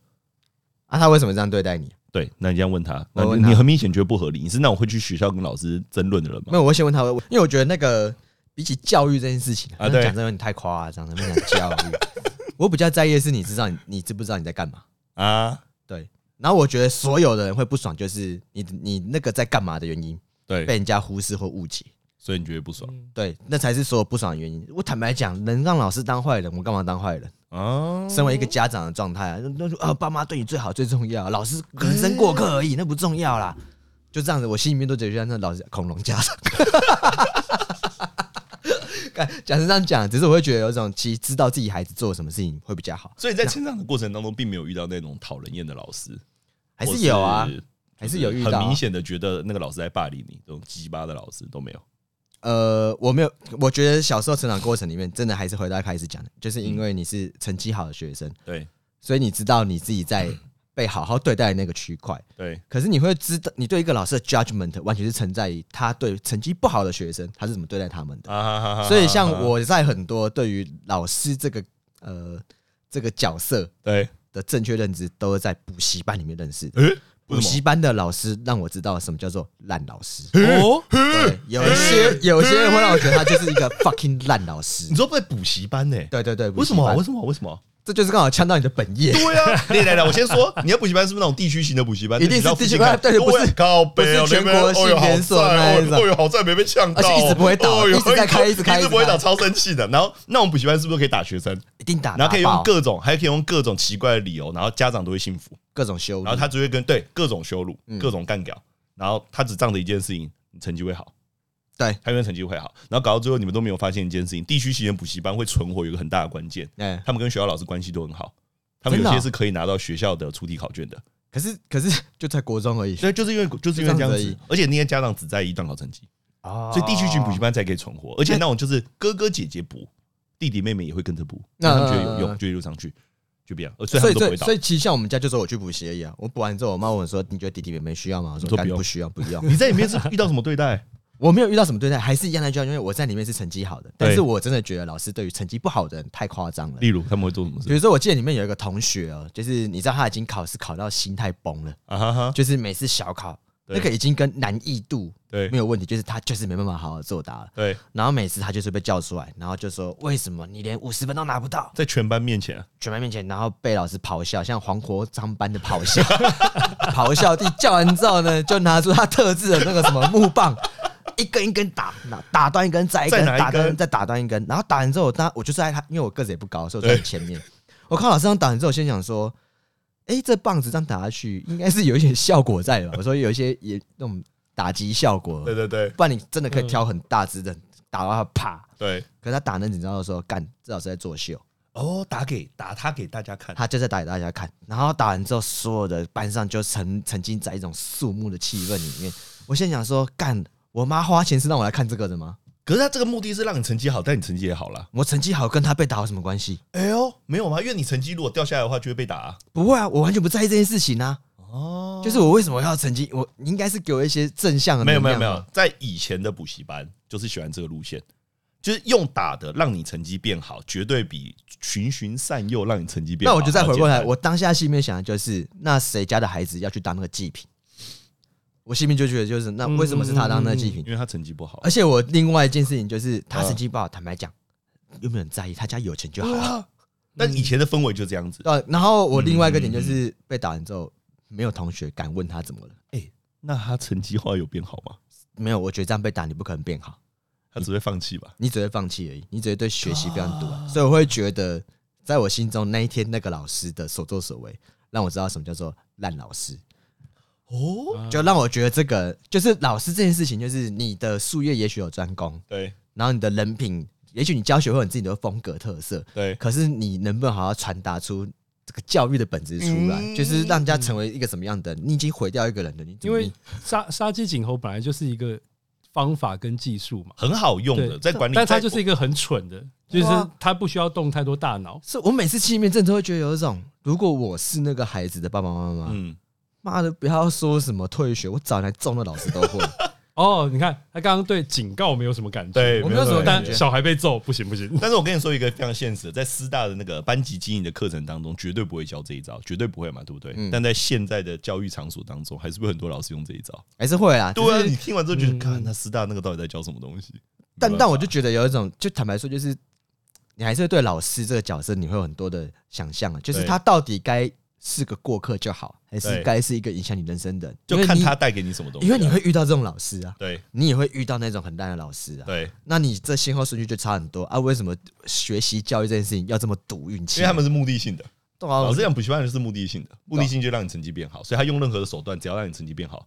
Speaker 1: 啊他为什么这样对待你？
Speaker 2: 对，那你这样问他，那
Speaker 1: 我问
Speaker 2: 你
Speaker 1: 他
Speaker 2: 你很明显觉得不合理，你是那种会去学校跟老师争论的人
Speaker 1: 没
Speaker 2: 吗？
Speaker 1: 有，我会先问他，因为我觉得那个比起教育这件事情
Speaker 2: 啊
Speaker 1: 啊，
Speaker 2: 对
Speaker 1: 讲真的有点太夸张了，没讲教育， 我比较在意的是你知道你你知不知道你在干嘛？
Speaker 2: 啊，
Speaker 1: 对，然后我觉得所有的人会不爽，就是你你那个在干嘛的原因被
Speaker 2: 对，
Speaker 1: 人家忽视或误解。
Speaker 2: 所以你觉得不爽
Speaker 1: 对，那才是所有不爽的原因。我坦白讲，能让老师当坏人，我干嘛当坏人？
Speaker 2: 啊？
Speaker 1: 嗯身为一个家长的状态啊，那
Speaker 2: 嗯
Speaker 1: 那就啊，爸妈对你最好最重要，老师可能生过客而
Speaker 2: 嗯
Speaker 1: 已，那不重要啦。就这样子，我心里面都觉得像那老师哎恐龙家长。 干讲是这样讲，只是我会觉得有一种，其实知道自己孩子做什么事情会比较好，
Speaker 2: 所以在成长的过程当中，并没有遇到那种讨人厌的老师，
Speaker 1: 还是有啊
Speaker 2: 或，是，
Speaker 1: 还是有遇到啊、
Speaker 2: 很明显的觉得那个老师在霸凌你，这种鸡巴的老师都没有。
Speaker 1: 呃，我没有，我觉得小时候成长过程里面，真的还是回到一开始讲的，就是因为你是成绩好的学生，
Speaker 2: 对
Speaker 1: 所以你知道你自己在被好好对待的那个区块。
Speaker 2: 对，
Speaker 1: 可是你会知道，你对一个老师的 judgment 完全是存在于他对成绩不好的学生，他是怎么对待他们的。
Speaker 2: 啊
Speaker 1: 所以，像，我在很多对于老师这个呃这个角色
Speaker 2: 对，
Speaker 1: 的正确认知，都是在补习班里面认识的。
Speaker 2: 诶，
Speaker 1: 补习班的老师让我知道什么叫做烂老师。
Speaker 3: 哦，
Speaker 1: 对，有一
Speaker 2: 哎
Speaker 1: 些有一些人会让我觉得他就是一个 fucking 烂老师
Speaker 2: 你。说在补习班呢？
Speaker 1: 对对对，补
Speaker 2: 为
Speaker 1: 习
Speaker 2: 什么啊？
Speaker 1: 班
Speaker 2: 为什么啊？为什么啊？
Speaker 1: 这就是刚好呛到你的本业。
Speaker 2: 对 啊，来来来，我先说，你的补习班是不是那种地区型的补习班？
Speaker 1: 一定是
Speaker 2: 在你家附近
Speaker 1: 地区班
Speaker 2: 看
Speaker 1: 对不是
Speaker 2: 对啊靠北哦
Speaker 1: 不是全
Speaker 2: 那边
Speaker 1: 国性
Speaker 2: 哦哟好
Speaker 1: 连锁
Speaker 2: 赞哦
Speaker 1: 那一种
Speaker 2: 哦哟，好在没被呛到
Speaker 1: 而
Speaker 2: 哦，
Speaker 1: 且一直不会倒
Speaker 2: 哦哟
Speaker 1: 一直在开一直开一
Speaker 2: 一直
Speaker 1: 直
Speaker 2: 不会倒，
Speaker 1: 开
Speaker 2: 超生气的。然后那种补习班是不是可以打学生？
Speaker 1: 一定打，
Speaker 2: 然后可以用
Speaker 1: 打爆
Speaker 2: 各种，还可以用各种奇怪的理由，然后家长都会信服。
Speaker 1: 各种修理
Speaker 2: 然后他只会跟对各种羞辱、
Speaker 1: 嗯
Speaker 2: 各种干掉，然后他只仗着一件事情，你成绩会好，
Speaker 1: 对，
Speaker 2: 他因为成绩会好，然后搞到最后你们都没有发现一件事情，地区型的补习班会存活有一个很大的关键，
Speaker 1: 哎，
Speaker 2: 他们跟学校老师关系都很好，他们有
Speaker 1: 真的啊
Speaker 2: 些是可以拿到学校的出题考卷的，
Speaker 1: 可是可是就在国中而已
Speaker 2: 所以就是因为就是因为这样
Speaker 1: 就这样
Speaker 2: 子
Speaker 1: 子，
Speaker 2: 而且那些家长只在意段考成绩，
Speaker 1: 啊
Speaker 2: 所以地区型补习班才可以存活，而且那种就是哥哥姐姐补，弟弟妹妹也会跟着补，
Speaker 1: 那
Speaker 2: 他们觉得有用就一路上去，就不一样，呃嗯所以他
Speaker 1: 所以
Speaker 2: 们
Speaker 1: 这
Speaker 2: 都不会倒
Speaker 1: 所。以其实像我们家就说我去补习而已啊，我补完之后，我妈问我说：“你觉得弟弟妹妹需要吗？”我
Speaker 2: 你
Speaker 1: 说
Speaker 2: 说：“
Speaker 1: 干
Speaker 2: 不用
Speaker 1: 不需要，不用。
Speaker 2: 你在里面是遇到什么对待？
Speaker 1: 我没有遇到什么对待，还是一样的教育，因为我在里面是成绩好的，但是我真的觉得老师对于成绩不好的人太夸张了。
Speaker 2: 例如他们会做什么
Speaker 1: 比
Speaker 2: 事？
Speaker 1: 如说，我记得里面有一个同学哦，就是你知道他已经考试考到心态崩 了，
Speaker 2: 啊哈哈，
Speaker 1: 就是每次小考
Speaker 2: 对
Speaker 1: 那个已经跟难易度
Speaker 2: 对
Speaker 1: 没有问题，就是他就是没办法好好作答了。
Speaker 2: 对，
Speaker 1: 然后每次他就是被叫出来，然后就说为什么你连五十分都拿不到，
Speaker 2: 在全班面前啊，
Speaker 1: 全班面前，然后被老师咆哮，像黄国章般的咆哮。 咆哮帝叫完之后呢，就拿出他特制的那个什么木棒，一根一根打，打打断一根，再一根，
Speaker 2: 再拿一根
Speaker 1: 打断再打断一根，然后打完之后，我当我就在他，因为我个子也不高，所以我在前面。我看老师这样打完之后，我先想说，哎、这棒子这样打下去，应该是有一点效果在的吧？我说有一些也那种打击效果，
Speaker 2: 对嗯对对
Speaker 1: 不然你真的可以挑很大只的打到他啪。
Speaker 2: 对，
Speaker 1: 可是他打那你知道说，干，这老师在作秀。
Speaker 2: 哦，打给打他给大家看，
Speaker 1: 他就在打给大家看，然后打完之后，所有的班上就沉沉浸在一种肃穆的气氛里面。我现在想说，干，我妈花钱是让我来看这个的吗？
Speaker 2: 可是他这个目的是让你成绩好，但你成绩也好了。
Speaker 1: 我成绩好跟她被打有什么关系？
Speaker 2: 哎呦，没有吗？因为你成绩如果掉下来的话，就会被打、啊。
Speaker 1: 不会啊，我完全不在意这件事情啊。
Speaker 2: 哦，
Speaker 1: 就是我为什么要成绩？我你应该是给我一些正向的
Speaker 2: 没有
Speaker 1: 能量哦吧
Speaker 2: 没有没有，，在以前的补习班就是喜欢这个路线，就是用打的让你成绩变好，绝对比循循善诱让你成绩变
Speaker 1: 那
Speaker 2: 好。
Speaker 1: 我就再回过
Speaker 2: 要
Speaker 1: 来，
Speaker 2: 简单
Speaker 1: 我当下心里面想的就是，那谁家的孩子要去当那个祭品？我心里面就觉得就是，那为什么是他当那个祭品？
Speaker 2: 因为他成绩不好
Speaker 1: 而且我另外一件事情就是，他
Speaker 2: 嗯
Speaker 1: 成绩不好，坦白讲，有没有人在意？他家有钱就好 了。
Speaker 2: 啊，但以前的氛围就这样子。
Speaker 1: 呃，然后我另外一个点就是被打完之后，没有同学敢问他怎么了。
Speaker 2: 那他成绩后来有变好吗？
Speaker 1: 没有，我觉得这样被打你不可能变好，
Speaker 2: 他只会放弃吧？
Speaker 1: 你只会放弃而已，你只会对学习非常毒啊。所以我会觉得，在我心中那一天那个老师的所作所为，让我知道什么叫做烂老师，
Speaker 2: 哦，
Speaker 1: 就让我觉得这个就是老师这件事情，就是你的术业也许有专攻，
Speaker 2: 对
Speaker 1: 然后你的人品，也许你教学会有你自己的风格特色，
Speaker 2: 对，
Speaker 1: 可是你能不能好好传达出这个教育的本质出来，
Speaker 2: 嗯
Speaker 1: 就是让人家成为一个什么样的人？你已经毁掉一个人了，你怎
Speaker 3: 因
Speaker 1: 么
Speaker 3: 为杀杀鸡儆猴本来就是一个方法跟技术嘛，
Speaker 2: 很好用的，
Speaker 3: 对
Speaker 2: 在管理，
Speaker 3: 但他
Speaker 2: 在
Speaker 3: 就是一个很蠢的，就
Speaker 1: 对
Speaker 3: 是
Speaker 1: 啊
Speaker 3: 他不需要动太多大脑。
Speaker 1: 是我每次心里面真的都会觉得有一种，如果我是那个孩子的爸爸妈妈，
Speaker 2: 嗯，
Speaker 1: 妈的，不要说什么退学，我找来中的老师都会。
Speaker 3: 哦，你看他刚刚对警告没有什么感觉，
Speaker 2: 对
Speaker 1: 我没有什么
Speaker 3: 但
Speaker 1: 感觉
Speaker 3: 小孩被揍不行 不行。
Speaker 2: 但是我跟你说一个非常现实的，在师大的那个班级经营的课程当中，绝对不会教这一招，绝对不会嘛，对不对？
Speaker 1: 嗯
Speaker 2: 但在现在的教育场所当中，还是会很多老师用这一招。
Speaker 1: 还是会啦，
Speaker 2: 对啊，
Speaker 1: 只
Speaker 2: 你
Speaker 1: 是
Speaker 2: 听完之后觉得，
Speaker 3: 嗯
Speaker 2: 看那师大那个到底在教什么东西？
Speaker 1: 但
Speaker 2: 没办法
Speaker 1: 但我就觉得有一种，就坦白说，就是你还是会对老师这个角色，你会有很多的想象啊，就是
Speaker 2: 对
Speaker 1: 他到底该是个过客就好，还是
Speaker 2: 对
Speaker 1: 该是一个影响你人生的人？
Speaker 2: 就
Speaker 1: 因为
Speaker 2: 看
Speaker 1: 你
Speaker 2: 他，带给你什么东西啊、
Speaker 1: 因为你会遇到这种老师啊，
Speaker 2: 对
Speaker 1: 你也会遇到那种很烂的老师啊。
Speaker 2: 对，
Speaker 1: 那你这先后顺序就差很多啊！为什么学习教育这件事情要这么赌运气？啊
Speaker 2: 因为他们是哦目的性的。
Speaker 1: 对啊，
Speaker 2: 老
Speaker 1: 我
Speaker 2: 师讲补习班就是目的性的，目的性就让你成绩变好，所以他用任何的手段，只要让你成绩变好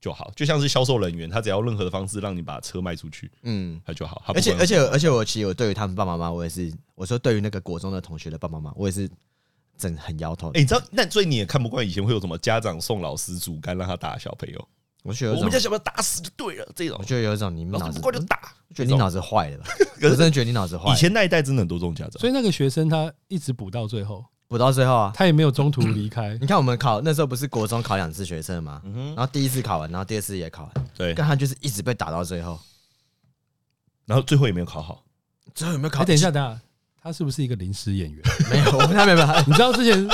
Speaker 2: 就好。就像是销售人员，他只要任何的方式让你把车卖出去，
Speaker 1: 嗯，
Speaker 2: 他就好。啊他不
Speaker 1: 而且
Speaker 2: 管
Speaker 1: 而且而且，我其实我对于他们爸妈妈，我也是，我说对于那个国中的同学的爸妈妈，我也是真的很摇头
Speaker 2: 哎、。你知道，那所以你也看不惯以前会有什么家长送老师竹竿让他打小朋友，
Speaker 1: 我觉得有
Speaker 2: 我
Speaker 1: 一
Speaker 2: 们家
Speaker 1: 种，
Speaker 2: 小朋友打死就对了，这种
Speaker 1: 我觉得有一种你们
Speaker 2: 老
Speaker 1: 脑
Speaker 2: 师
Speaker 1: 子，
Speaker 2: 不
Speaker 1: 我
Speaker 2: 管就打。
Speaker 1: 觉得你脑子坏 了吧？
Speaker 2: 可
Speaker 1: 我真
Speaker 2: 是
Speaker 1: 的觉得你脑子坏
Speaker 2: 以
Speaker 1: 了。
Speaker 2: 前那一代真的很多这种家长，
Speaker 3: 所以那个学生他一直补到最后，
Speaker 1: 补到最后啊，
Speaker 3: 他也没有中途离开
Speaker 1: 你看我们考那时候不是国中考两次学测吗？然后第一次考完，然后第二次也考完，
Speaker 2: 嗯对，
Speaker 1: 但他就是一直被打到最后。
Speaker 2: 然后最后也没有考好，
Speaker 1: 最后有没有考？
Speaker 3: 哎，等一下，，等一下，他是不是一个临时演员？
Speaker 1: 没有，我 们他没有。
Speaker 3: 你知道之前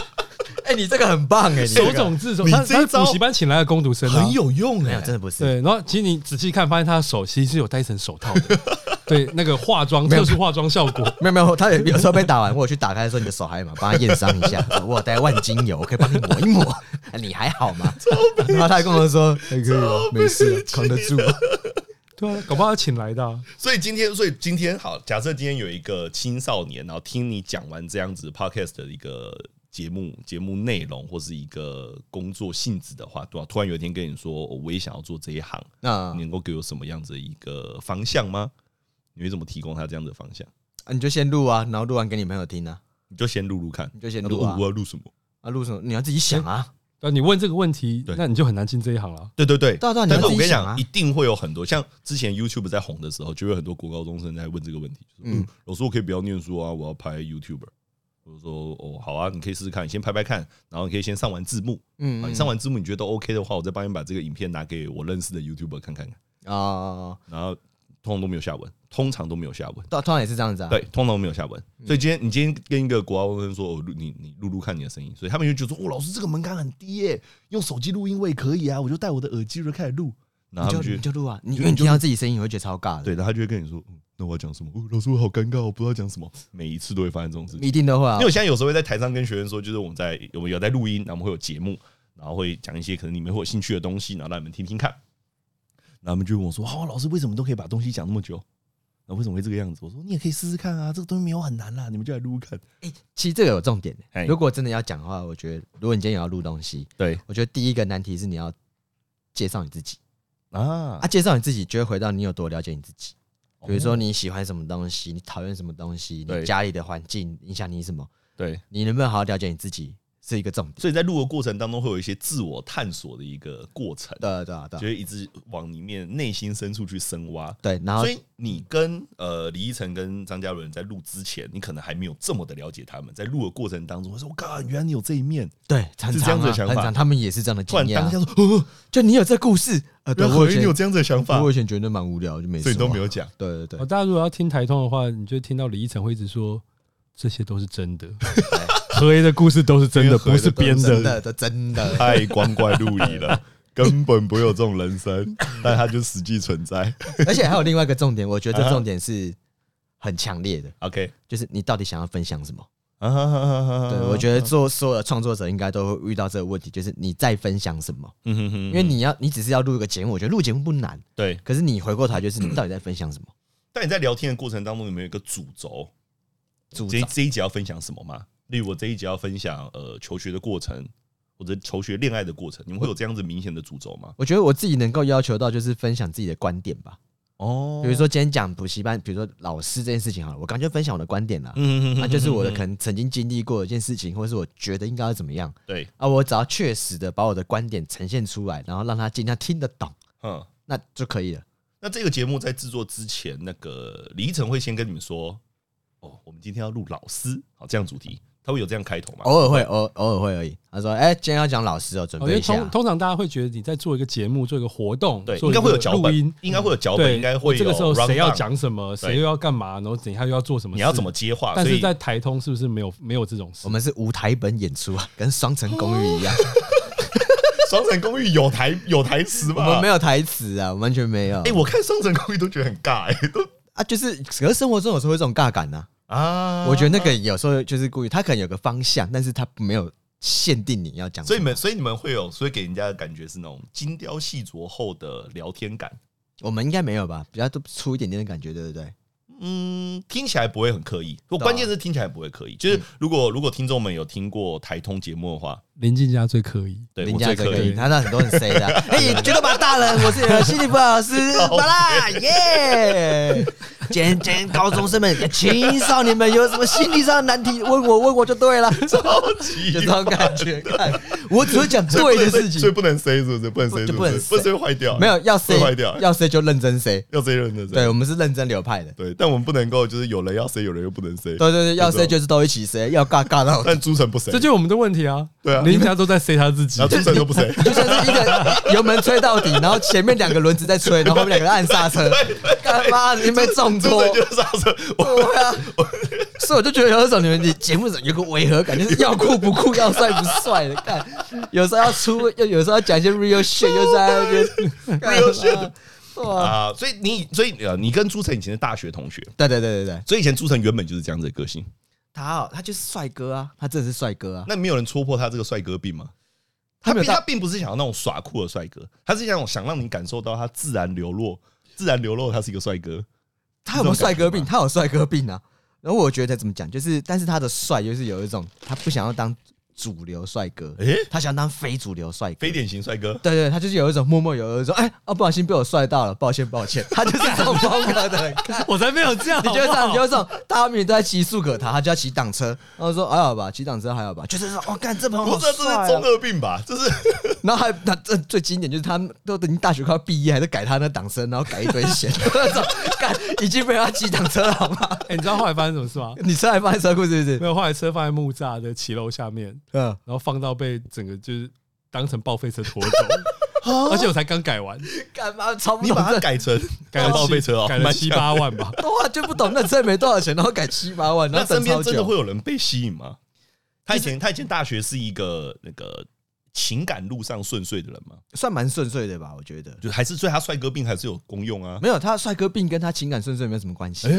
Speaker 1: 哎，你这个很棒哎，你这个
Speaker 3: 手冢治虫，
Speaker 2: 啊你
Speaker 3: 他
Speaker 2: 这
Speaker 3: 他
Speaker 2: 一招
Speaker 3: 补习班请来的工读生啊
Speaker 2: 很，有用
Speaker 1: 没
Speaker 2: 哎、
Speaker 1: 有，真的不是。
Speaker 3: 对，然后其实你仔细看，发现他的手其实是有戴一层手套 的，对，那个化妆特殊化妆效果，
Speaker 1: 没有没有，他有有时候被打完，我有去打开的时候，你的手还有吗？帮他验伤一 下，我有带万金油，我可以帮你抹一抹。你还好吗？ 然后他还跟我 说还可以哦，没事，扛得住。
Speaker 3: 对啊，搞不好他请来的啊，
Speaker 2: 所以今天，所以今天好，假设今天有一个青少年，然后听你讲完这样子 podcast 的一个节目节目内容或是一个工作性质的话，对吧、突然有一天跟你说，哦我也想要做这一行，
Speaker 1: 那啊
Speaker 2: 你能够给我什么样子的一个方向吗？你会怎么提供他这样的方向？
Speaker 1: 你就先录啊，然后录完给你朋友听啊，
Speaker 2: 你就先录录看，
Speaker 1: 你就先
Speaker 2: 他说
Speaker 1: 录啊
Speaker 2: 哦我要录什么？
Speaker 1: 啊，录什么你要自己想啊。
Speaker 3: 那你问这个问题
Speaker 2: 对，
Speaker 3: 那你就很难进这一行了。
Speaker 2: 对对对，
Speaker 1: 对啊对啊
Speaker 2: 哎但
Speaker 1: 你
Speaker 2: 是
Speaker 1: 要
Speaker 2: 我
Speaker 1: 自己
Speaker 2: 跟你
Speaker 1: 想
Speaker 2: 讲，
Speaker 1: 啊
Speaker 2: 一定会有很多像之前 YouTube 在红的时候，就有很多国高中生在问这个问题，就是嗯，老师我可以不要念书啊，我要拍 YouTuber。我就说哦，好啊，你可以试试看，你先拍拍看，然后你可以先上完字幕，啊
Speaker 1: 嗯，
Speaker 2: 你上完字幕你觉得都 OK 的话，我再帮你把这个影片拿给我认识的 YouTuber 看看看。
Speaker 1: 哦，
Speaker 2: 然后通常都没有下文，通常都没有下文。
Speaker 1: 通通常也是这样子啊。嗯
Speaker 2: 对，通常都没有下文，所以今天你今天跟一个国外高中生说，我录你你录录看你的声音，所以他们就觉得说，哦，老师这个门槛很低耶、用手机录音我也可以啊，我就戴我的耳机就开始录，然
Speaker 1: 你就
Speaker 2: 后他们就
Speaker 1: 你就录啊，你
Speaker 2: 就
Speaker 1: 因为你
Speaker 2: 就
Speaker 1: 听到自己声音，你会觉得超尬的。
Speaker 2: 对，然后他就会跟你说，嗯那我要讲什么？哦，老师我好尴尬，我不知道讲什么。每一次都会发生这种事情，
Speaker 1: 一定都会啊
Speaker 2: 因为。我现在有时候会在台上跟学生说，就是我们在我们有在录音，然后我们会有节目，然后会讲一些可能你们会有兴趣的东西，然后让你们听听看。然后他们就问我说：“哦，老师为什么都可以把东西讲那么久？那为什么会这个样子？”我说：“你也可以试试看啊，这个东西没有很难啦，你们就来录录看。
Speaker 1: 其实这个有重点
Speaker 2: 哎
Speaker 1: 的。如果真的要讲的话，我觉得如果你今天也要录东西，
Speaker 2: 对”
Speaker 1: 我觉得第一个难题是你要介绍你自己
Speaker 2: 啊
Speaker 1: 啊，，介绍你自己就会回到你有多了解你自己。比如说
Speaker 2: 哦
Speaker 1: 你喜欢什么东西，你讨厌什么东西，
Speaker 2: 对
Speaker 1: 你家里的环境影响你什么，
Speaker 2: 对，
Speaker 1: 你能不能好好了解你自己是一个重点。
Speaker 2: 所以在录的过程当中会有一些自我探索的一个过程，
Speaker 1: 对啊对啊对
Speaker 2: 就
Speaker 1: 啊
Speaker 2: 会一直往里面内心深处去深挖。
Speaker 1: 对，然后
Speaker 2: 所以你跟呃李依晨跟张嘉伦在录之前，你可能还没有这么的了解他们，在录的过程当中，会说：“我靠，原来你有这一面。
Speaker 1: 对，常
Speaker 2: 是这
Speaker 1: 常
Speaker 2: 样子的
Speaker 1: 啊
Speaker 2: 想
Speaker 1: 很
Speaker 2: 法
Speaker 1: 常，他们也是这样的”
Speaker 2: 突
Speaker 1: 经
Speaker 2: 然
Speaker 1: 验
Speaker 2: 当
Speaker 1: 啊
Speaker 2: 下。说：“哦，
Speaker 1: 就你有这故事，呃，对
Speaker 2: 原来
Speaker 1: 我
Speaker 2: 何
Speaker 1: 以
Speaker 2: 云你
Speaker 1: 前
Speaker 2: 有这样子的想法
Speaker 1: 我以前觉得蛮无聊，就没，
Speaker 2: 所以你都
Speaker 1: 什么
Speaker 2: 没有讲。
Speaker 1: 对对
Speaker 3: 哦，
Speaker 1: 对，
Speaker 3: 大家如果要听台通的话，你就听到李依晨会一直说这些都是真 的，何爷的故事都是真
Speaker 2: 因为
Speaker 3: 的，
Speaker 2: 何
Speaker 3: 不
Speaker 2: 爷
Speaker 3: 是
Speaker 2: 的故事
Speaker 3: 编
Speaker 1: 真的
Speaker 3: 的。
Speaker 1: 这真” 的。
Speaker 2: 太光怪陆离了， 根本不会有这种人生，但他就实际存 在。
Speaker 1: 而且还有另外一个重点，我觉得
Speaker 2: 啊
Speaker 1: 这重点是很强烈的，
Speaker 2: OK，
Speaker 1: 就是你到底想要分享什么？
Speaker 2: 啊哈哈哈哈哈
Speaker 1: 对我觉得做所有的创作者应该都会遇到这个问题，就是你在分享什么？
Speaker 2: 嗯哼哼哼
Speaker 1: 因为你要你只是要录一个节目，我觉得录节目不难，
Speaker 2: 对，
Speaker 1: 可是你回过头来就是你到底在分享什么？
Speaker 2: 但你在聊天的过程当中有没有一个主轴？
Speaker 1: 主
Speaker 2: 这
Speaker 1: 张
Speaker 2: 一这一集要分享什么吗？例如我这一集要分享呃求学的过程，或者求学恋爱的过程，你们会有这样子明显的主轴吗？
Speaker 1: 我觉得我自己能够要求到就是分享自己的观点吧，
Speaker 2: 哦
Speaker 1: 比如，说今天讲补习班，比如说老师这件事情好了，我刚就分享我的观点啦，
Speaker 2: 嗯
Speaker 1: 那啊就是我的可能曾经经历过的一件事情，或是我觉得应该要怎么样
Speaker 2: 对，
Speaker 1: 啊，我只要确实的把我的观点呈现出来，然后让他尽量听得懂，
Speaker 2: 嗯。
Speaker 1: 那就可以了。
Speaker 2: 那这个节目在制作之前，那个李依晨会先跟你们说，哦，我们今天要录老师，好，这样主题，他会有这样开头
Speaker 3: 哦
Speaker 2: 吗？
Speaker 1: 偶尔会，偶偶尔会而已。他说：“哎、今天要讲老师哦，准
Speaker 3: 哦，因
Speaker 1: 备
Speaker 3: 为
Speaker 1: 一下
Speaker 3: 通。通常大家会觉得你在做一个节目、做一个活动，
Speaker 2: 对，
Speaker 3: 做
Speaker 2: 应
Speaker 3: 一
Speaker 2: 该
Speaker 3: 个
Speaker 2: 会有脚
Speaker 3: 录
Speaker 2: 本
Speaker 3: 音，，
Speaker 2: 应该会有脚
Speaker 3: 对，
Speaker 2: 本，应该会有
Speaker 3: 这个时候谁要
Speaker 2: rundown，
Speaker 3: 讲什么，
Speaker 2: 对
Speaker 3: 谁又要干嘛，然后等一下又要做什么，
Speaker 2: 你要怎么？接话，啊
Speaker 3: 但
Speaker 2: 所
Speaker 3: 是
Speaker 2: 以
Speaker 3: 在台通是不是没有没有这种事
Speaker 1: 我？们是无台本演出啊，跟《双城公寓》一样，
Speaker 2: 双城公寓有台有台词
Speaker 1: 我
Speaker 2: 吗？
Speaker 1: 们没
Speaker 2: 有。
Speaker 1: 有台词啊，完全没有。
Speaker 2: 哦哎，我看双城公寓都觉得很尬，哎，都
Speaker 1: 啊，就是可是生活中有时候会有这种尬感呐、
Speaker 2: 啊，
Speaker 1: 我觉得那个有时候就是故意，他可能有个方向，但是他没有限定你要讲什
Speaker 2: 所
Speaker 1: 么。
Speaker 2: 以你们，所以你们会有，所以给人家的感觉是那种精雕细琢后的聊天感。
Speaker 1: 我们应该没有吧，比较都粗一点点的感觉，对不对？
Speaker 2: 嗯，听起来不会很刻意，我
Speaker 1: 对啊嗯
Speaker 2: 关键是听起来不会刻意。就是如果如果听众们有听过台通节目的话，
Speaker 3: 林静家最可以，
Speaker 2: 对
Speaker 1: 人
Speaker 2: 我
Speaker 1: 家
Speaker 2: 最
Speaker 1: 这
Speaker 2: 刻
Speaker 1: 个
Speaker 2: 意。
Speaker 1: 他那很多很 C 的 啊，哎，觉得吧，大人，我是你的心理辅导老师，巴拉耶！今天今天高中生们、青少年们有什么心理上的难题，问我问我就对了，
Speaker 2: 超级
Speaker 1: 就这种感觉。看，我只会讲
Speaker 2: 所以
Speaker 1: 对的事
Speaker 2: 不能所以
Speaker 1: 情，
Speaker 2: 不能 say 是不是？不能 say 是
Speaker 1: 就
Speaker 2: 不
Speaker 1: 不能
Speaker 2: 是？不
Speaker 1: say
Speaker 2: 能 say 坏掉，
Speaker 1: 没有要 C
Speaker 2: 会坏掉，
Speaker 1: 要 C 就认真 C。
Speaker 2: 要 say 认真 say。
Speaker 1: 对我们是认真流派的，
Speaker 2: 对，但我们不能够就是有人要 say，有人又不能 say。
Speaker 1: 对对对，要 C 就是都一起 C，要尬尬 到。
Speaker 2: 但朱晨不 say，
Speaker 3: 这就是我们的问题啊。
Speaker 2: 对啊
Speaker 3: 林静家都在 say 他自己
Speaker 2: 然，后朱晨都不 say。
Speaker 1: 就像是一个油门吹到底，然后前面两个轮子在吹，然后后面两个人按刹车，干嘛？你们中
Speaker 2: 朱
Speaker 1: 多
Speaker 2: 晨。就是刹车，我
Speaker 1: 对啊，所以我就觉得有一种你们节目有个违和感，就是要酷不酷，要帅不帅的。看，有时候要出，又有时候要讲一些 real shit，又在那 边
Speaker 2: real shit。
Speaker 1: 哇，
Speaker 2: 啊，所以你所以呃，你跟朱晨以前是大学同学，
Speaker 1: 对对对对对，
Speaker 2: 所以以前朱晨原本就是这样子的个性。
Speaker 1: 他好，他就是帅哥啊，他真的是帅哥啊。
Speaker 2: 那没有人戳破他这个帅哥病吗？
Speaker 1: 他
Speaker 2: 他
Speaker 1: 没有
Speaker 2: 并他
Speaker 1: 到，
Speaker 2: 并不是想要那种耍酷的帅哥，他是想想让你感受到他自然流露，自然流露他是一个帅哥。
Speaker 1: 他有没有帅哥病？
Speaker 2: 这种感觉吗
Speaker 1: 他有帅哥病啊。然后我觉得怎么讲，就是但是他的帅就是有一种他不想要当主流帅哥，
Speaker 2: 诶、
Speaker 1: 他想当非主流帅哥
Speaker 2: 非。典型帅哥，
Speaker 1: 对对，他就是有一种默默有一种，哎，哦，不小心被我帅到了，抱歉抱 歉，他就是这种风格的人。看
Speaker 3: 我才没有这样。
Speaker 1: 你就会
Speaker 3: 好
Speaker 1: 这
Speaker 3: 不好
Speaker 1: 样，你 就会这种，大家明明都在骑速可达，他就要骑挡车，然后说还好吧，骑挡车还好吧，就是说，哦，干这朋友
Speaker 2: 不
Speaker 1: 好
Speaker 2: 是 这
Speaker 1: 帅、
Speaker 2: 是
Speaker 1: 啊。
Speaker 2: 中二病吧？这是
Speaker 1: 然后还他这最经典就是他们都已经大学快要毕业，还在改他那挡车，然后改一堆 险，那种干已经被他骑挡车了，好吗？
Speaker 3: 哎，你知道后来发生什么事吗？
Speaker 1: 你车还放在车库是不是？
Speaker 3: 没有，后来车放在木栅的骑楼下面，
Speaker 1: 嗯，
Speaker 3: 然后放到被整个就是当成报废车拖走。而且我才刚改完，
Speaker 1: 干嘛超不
Speaker 2: 你
Speaker 1: 懂
Speaker 2: 把它
Speaker 1: 这
Speaker 2: 改 成改
Speaker 3: 改了
Speaker 2: 成报
Speaker 3: 七
Speaker 2: 废车哦，
Speaker 3: 改了
Speaker 2: 蛮
Speaker 3: 七
Speaker 2: 像的。
Speaker 3: 八万吧。
Speaker 1: 我啊就不懂那车没多少钱，然后改七八万，然
Speaker 2: 那
Speaker 1: 后等
Speaker 2: 身边
Speaker 1: 超
Speaker 2: 真的
Speaker 1: 久。
Speaker 2: 会有人被吸引吗？他以前他以前大学是一个那个情感路上顺遂的人吗？
Speaker 1: 算蛮顺遂的吧？我觉得
Speaker 2: 就还是所以他帅哥病还是有功用啊？
Speaker 1: 没有他帅哥病跟他情感顺遂没有什么关系，
Speaker 2: 哎，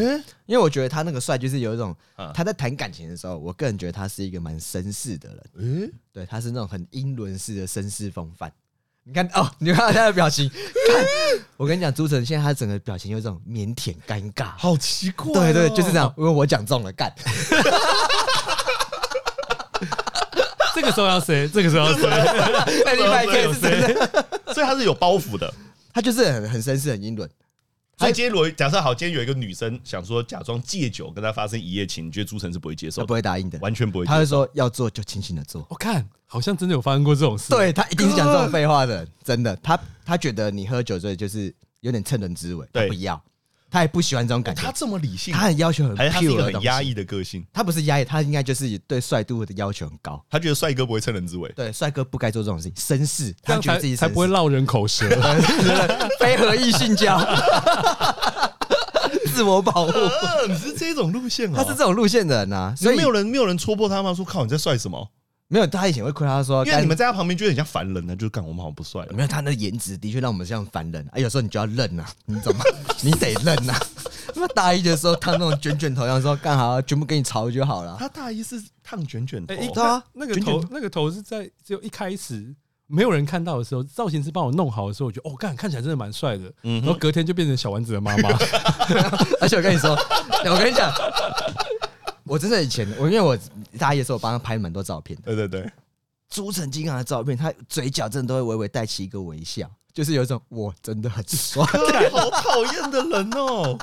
Speaker 1: 因为我觉得他那个帅就是有一种
Speaker 2: 啊
Speaker 1: 他在谈感情的时候，我个人觉得他是一个蛮绅士的人，
Speaker 2: 哎，
Speaker 1: 对，他是那种很英伦式的绅士风范。你看哦，你看他的表 情，看我跟你讲，朱晨现在他整个表情有一种腼腆尴尬，
Speaker 2: 好奇怪哦，
Speaker 1: 对对，就是这样，因为我讲中了，干。
Speaker 3: 这个时候要谁？这个时候要谁？
Speaker 1: 哎，另外一件是真的，
Speaker 2: 所以他是有包袱的。
Speaker 1: 他就是很很绅士，很英伦。
Speaker 2: 所以今天如果假设好，今天有一个女生想说假装戒酒跟他发生一夜情，你觉得朱晨是不会接受
Speaker 1: 他
Speaker 2: 的，
Speaker 1: 不会答应的，
Speaker 2: 完全啊不会接
Speaker 1: 他
Speaker 2: 受。
Speaker 1: 会说要做就清醒的做。
Speaker 3: 我看好像真的有发生过这种事。，
Speaker 1: 对他一定是讲这种废话的人，真的。他他觉得你喝酒醉就是有点趁人之危，他
Speaker 2: 对
Speaker 1: 不要，他也不喜欢这种感觉
Speaker 2: 他，这么理性
Speaker 1: 他，很要求很
Speaker 2: 还是他是一
Speaker 1: pure
Speaker 2: 个
Speaker 1: 的
Speaker 2: 很
Speaker 1: 东
Speaker 2: 压
Speaker 1: 西。
Speaker 2: 抑的个性？
Speaker 1: 他不是压抑，他应该就是对帅度的要求很高。
Speaker 2: 他觉得帅哥不会趁人之危。
Speaker 1: 对，帅哥不该做这种事情，绅士，
Speaker 3: 这
Speaker 1: 他
Speaker 3: 样
Speaker 1: 觉得
Speaker 3: 才
Speaker 1: 自己
Speaker 3: 才不会
Speaker 1: 绅士
Speaker 3: 落人口舌。
Speaker 1: 非合意性交， 自我保护，
Speaker 2: 呃，你是这种路线哦
Speaker 1: 他是这种路线的人啊，所
Speaker 2: 所以
Speaker 1: 以
Speaker 2: 哦没有人没有人戳破他吗？说靠你在帅什么？
Speaker 1: 没有他以前会亏他说，
Speaker 2: 因为你们在他旁边觉得很像凡人啊呢，就是干我们好像不帅了。
Speaker 1: 没有他那个颜值的确让我们像凡人啊，有时候你就要认啊， 你懂吗？你得认啊。 那大一的时候烫那种卷卷头，然后说干好，啊全部给你潮就好了。
Speaker 2: 他大一是烫卷卷头
Speaker 3: 哎，，一
Speaker 1: 对啊
Speaker 3: 那个
Speaker 1: 卷卷
Speaker 3: 头那个头是在只有一开始没有人看到的时候，造型师帮我弄好的时候，我觉得哦，干看起来真的蛮帅的。
Speaker 2: 嗯
Speaker 3: 然后隔天就变成小丸子的妈 妈。
Speaker 1: 啊而且我跟你说， 我跟你讲，我真的以前我因为我大一的时候，我帮他拍蛮多照片的，
Speaker 2: 对 对对，
Speaker 1: 朱晨金刚的照片，他嘴角真的都会微微带起一个微笑，就是有一种我真的很帅，
Speaker 2: 干 好讨厌的人 哦！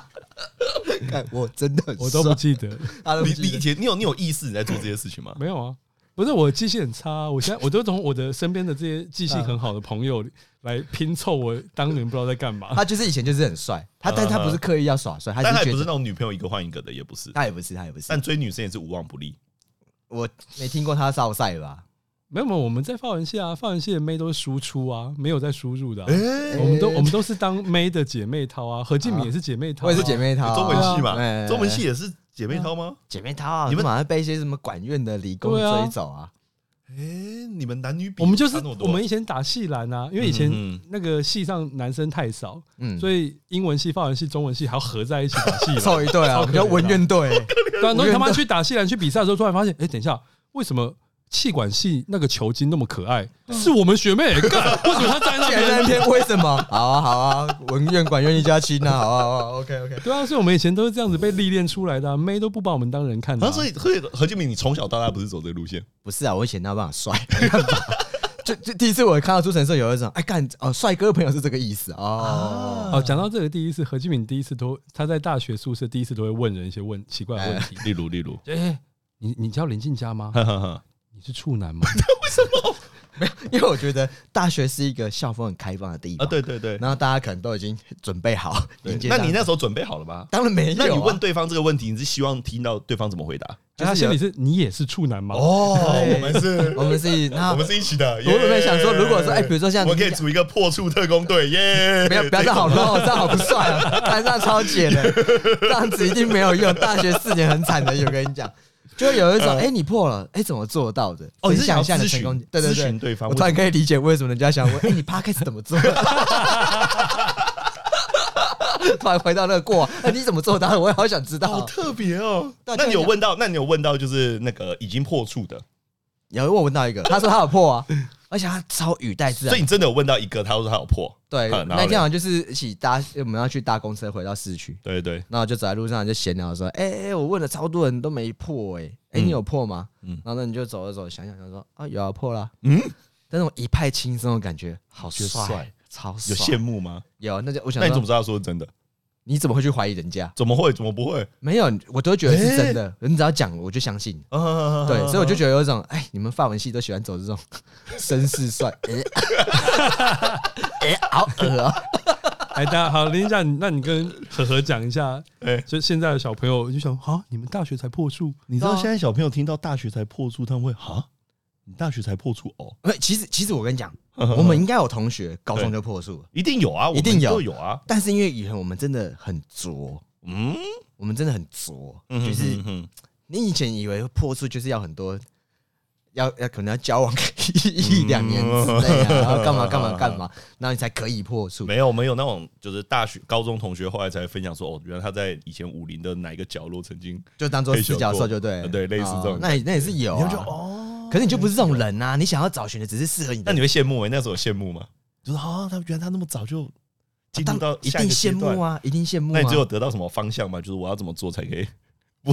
Speaker 1: 干我真的很帅，
Speaker 3: 我都不记得，
Speaker 1: 他都不
Speaker 2: 你
Speaker 1: 记得
Speaker 2: 理解，你有你有意识你在做这些事情吗？
Speaker 3: 没有啊，不是我记性很差啊、我现在我都从我的身边的这些记性很好的朋友
Speaker 1: 嗯
Speaker 3: 来拼凑我当年不知道在干嘛。
Speaker 1: 他就是以前就是很帅，他但他不是刻意要耍帅，他
Speaker 2: 但他
Speaker 1: 是
Speaker 2: 也
Speaker 1: 觉
Speaker 2: 不是
Speaker 1: 得
Speaker 2: 那种女朋友一个换一个的，也不是。
Speaker 1: 他也不是他也不是，
Speaker 2: 但追女生也是无往不利。
Speaker 1: 我没听过他少赛吧。
Speaker 3: 没有，没有，我们在发文系啊，发文系的妹都是输出啊，没有在输入
Speaker 1: 哦
Speaker 3: 的啊、
Speaker 2: 哎
Speaker 3: 我们都我们都是当妹的姐妹掏啊，何敬敏也是姐妹掏、
Speaker 1: 我也是姐，妹淘，
Speaker 2: 哦中文系
Speaker 1: 哎哎
Speaker 2: 嘛，
Speaker 1: 哎
Speaker 2: 中文系也是姐妹淘吗？
Speaker 1: 姐妹淘，啊
Speaker 2: 你
Speaker 1: 你
Speaker 2: 们
Speaker 1: 们马上被一些什么管院的理工
Speaker 3: 对啊
Speaker 1: 追走啊？
Speaker 2: 哎，你们男女比，
Speaker 3: 我们就是
Speaker 2: 差那么多
Speaker 3: 我们以前打系篮啊，因为以前
Speaker 2: 嗯嗯
Speaker 3: 那个系上男生太少，
Speaker 1: 嗯，
Speaker 3: 所以英文系、法文系、中文系还要合在一起打 系篮。
Speaker 1: 凑一对啊，
Speaker 3: 超可怜
Speaker 1: 我们叫
Speaker 3: 的
Speaker 1: 文院队，
Speaker 3: 对啊，然后他妈
Speaker 1: 我
Speaker 3: 去打西兰去比赛的时候，突然发现，哎、等一下，为什么气管系那个球精那么可爱？是
Speaker 2: 嗯
Speaker 3: 我们学妹、干 为什么她站在那
Speaker 1: 竟然在那
Speaker 3: 边？
Speaker 1: 边为什么？好啊好啊，文院管院一家亲啊，好啊好啊，OK OK。
Speaker 3: 对啊，所以我们以前都是这样子被历练出来的、啊，妹都不把我们当人看的、
Speaker 2: 啊，
Speaker 3: 啊。
Speaker 2: 所以所以何建明，你从小到大不是走这个路线？
Speaker 1: 不是啊，我以前那办法帅，没办法 就就第一次我看到朱晨的时候，有一种哎干哦，帅哥朋友是这个意思哦。
Speaker 2: 嗯
Speaker 3: 哦，讲到这个第一次，何敬敏第一次都他在大学宿舍第一次都会问人一些问奇怪的问题。
Speaker 2: 例如例如，
Speaker 3: 哎、你你叫林静佳吗？
Speaker 2: 哈哈哈，
Speaker 3: 你是处男吗？
Speaker 1: 因为我觉得大学是一个校风很开放的地
Speaker 2: 啊，
Speaker 1: 方，
Speaker 2: 对对对。
Speaker 1: 然后大家可能都已经准备好
Speaker 2: 对
Speaker 1: 迎接
Speaker 2: 那
Speaker 1: 大家。
Speaker 2: 你那时候准备好了吗？
Speaker 1: 当然没有啊，
Speaker 2: 那你问对方这个问题，你是希望听到对方怎么回答？
Speaker 1: 就是有
Speaker 3: 他心里是你也是处男吗？
Speaker 2: 哦，
Speaker 1: 对
Speaker 2: 我们是，
Speaker 1: 我们是那
Speaker 2: 我们是一起的。我
Speaker 1: 我本来想说如果说哎比如说像
Speaker 2: 我们可以组一个破处特工队，耶！
Speaker 1: 不要不要这样好乱哦，这样好不帅啊！看这样超解的，这样子一定没有用。大学四年很惨的，我跟你讲，就有一种哎、你破了，哎、怎么做到的？
Speaker 2: 嗯哦你是
Speaker 1: 分享一
Speaker 2: 想
Speaker 1: 下
Speaker 2: 要
Speaker 1: 你
Speaker 2: 咨询
Speaker 1: 成功，对对
Speaker 2: 咨
Speaker 1: 对，
Speaker 2: 询对方
Speaker 1: 我突然可以理解为什么人家想问，哎、你 podcast 怎么做？ 突然回到那个过往，哎、你怎么做到的？我也好想知
Speaker 2: 好
Speaker 1: 道。
Speaker 2: 特别哦。
Speaker 1: 大
Speaker 2: 那
Speaker 1: 家
Speaker 2: 你有问到？那你有问到就是那个已经破处的，
Speaker 1: 有我闻到一个，他说他有破啊，而且他超语带自
Speaker 2: 所
Speaker 1: 然
Speaker 2: 以。你真的有问到一个，他说他有破。
Speaker 1: 对
Speaker 2: 嗯，然
Speaker 1: 那
Speaker 2: 后
Speaker 1: 天
Speaker 2: 嘞
Speaker 1: 好像就是一起搭，我们要去搭公车回到市区，
Speaker 2: 对对，
Speaker 1: 然后就走在路上就闲聊说：“哎、哎、哎我问了超多人都没破哎、哎、你有破吗？”
Speaker 2: 嗯
Speaker 1: 然后呢你就走着走，想想想说：“啊，有啊，破啦。
Speaker 2: 嗯，
Speaker 1: 但那种一派轻松的感觉，好
Speaker 2: 觉得帅
Speaker 1: 帅，超帅。
Speaker 2: 有羡慕吗？
Speaker 1: 有那就我想
Speaker 2: 那你
Speaker 1: 说，
Speaker 2: 怎么知道他说是真的？
Speaker 1: 你怎么会去怀疑人家？
Speaker 2: 怎么会？怎么不会？
Speaker 1: 没有，我都觉得是真的。你只要讲，我就相信。
Speaker 2: 哎啊
Speaker 1: 对，所以我就觉得有一种，哎，你们法文系都喜欢走这种绅士帅， 哎、 哎好恶啊、
Speaker 3: 哎，大家好，林静佳，你那你跟何何讲 一下，
Speaker 2: 哎
Speaker 3: 就现在的小朋友就想，啊，你们大学才破处，
Speaker 2: 你知道现在小朋友听到大学才破处，他们会哈？你大学才破处哦，
Speaker 1: 不，其实其实我跟你讲，
Speaker 2: 嗯
Speaker 1: 我们应该有同学高中就破处了，
Speaker 2: 一定有啊，我
Speaker 1: 一定
Speaker 2: 们
Speaker 1: 有
Speaker 2: 都有啊，
Speaker 1: 但是因为以前我们真的很拙，
Speaker 2: 嗯，
Speaker 1: 我们真的很拙，
Speaker 2: 嗯哼
Speaker 1: 就是
Speaker 2: 嗯哼
Speaker 1: 你以前以为破处就是要很多，要要可能要交往一一两年之类啊，然后干嘛干嘛干嘛，然后你才可以破处。
Speaker 2: 嗯没有没有那种就是大学高中同学后来才分享说，哦，原来他在以前武林的哪一个角落曾经，
Speaker 1: 就当做四角兽就对了，
Speaker 2: 呃对类似这种
Speaker 1: 哦那也那也是有、
Speaker 2: 然后就
Speaker 1: 啊，
Speaker 2: 哦，
Speaker 1: 可是你就不是这种人啊！你想要找寻的只是适合你的，
Speaker 2: 那你会羡慕哎、那时候有羡慕吗？就是
Speaker 1: 哦
Speaker 2: 啊，他原来他那么早就进入
Speaker 1: 当
Speaker 2: 到
Speaker 1: 一
Speaker 2: 下
Speaker 1: 定
Speaker 2: 个阶
Speaker 1: 羡
Speaker 2: 段
Speaker 1: 慕啊，一定羡慕
Speaker 2: 那
Speaker 1: 啊
Speaker 2: 你最后！得到什么方向吗？就是我要怎么做才 可以？不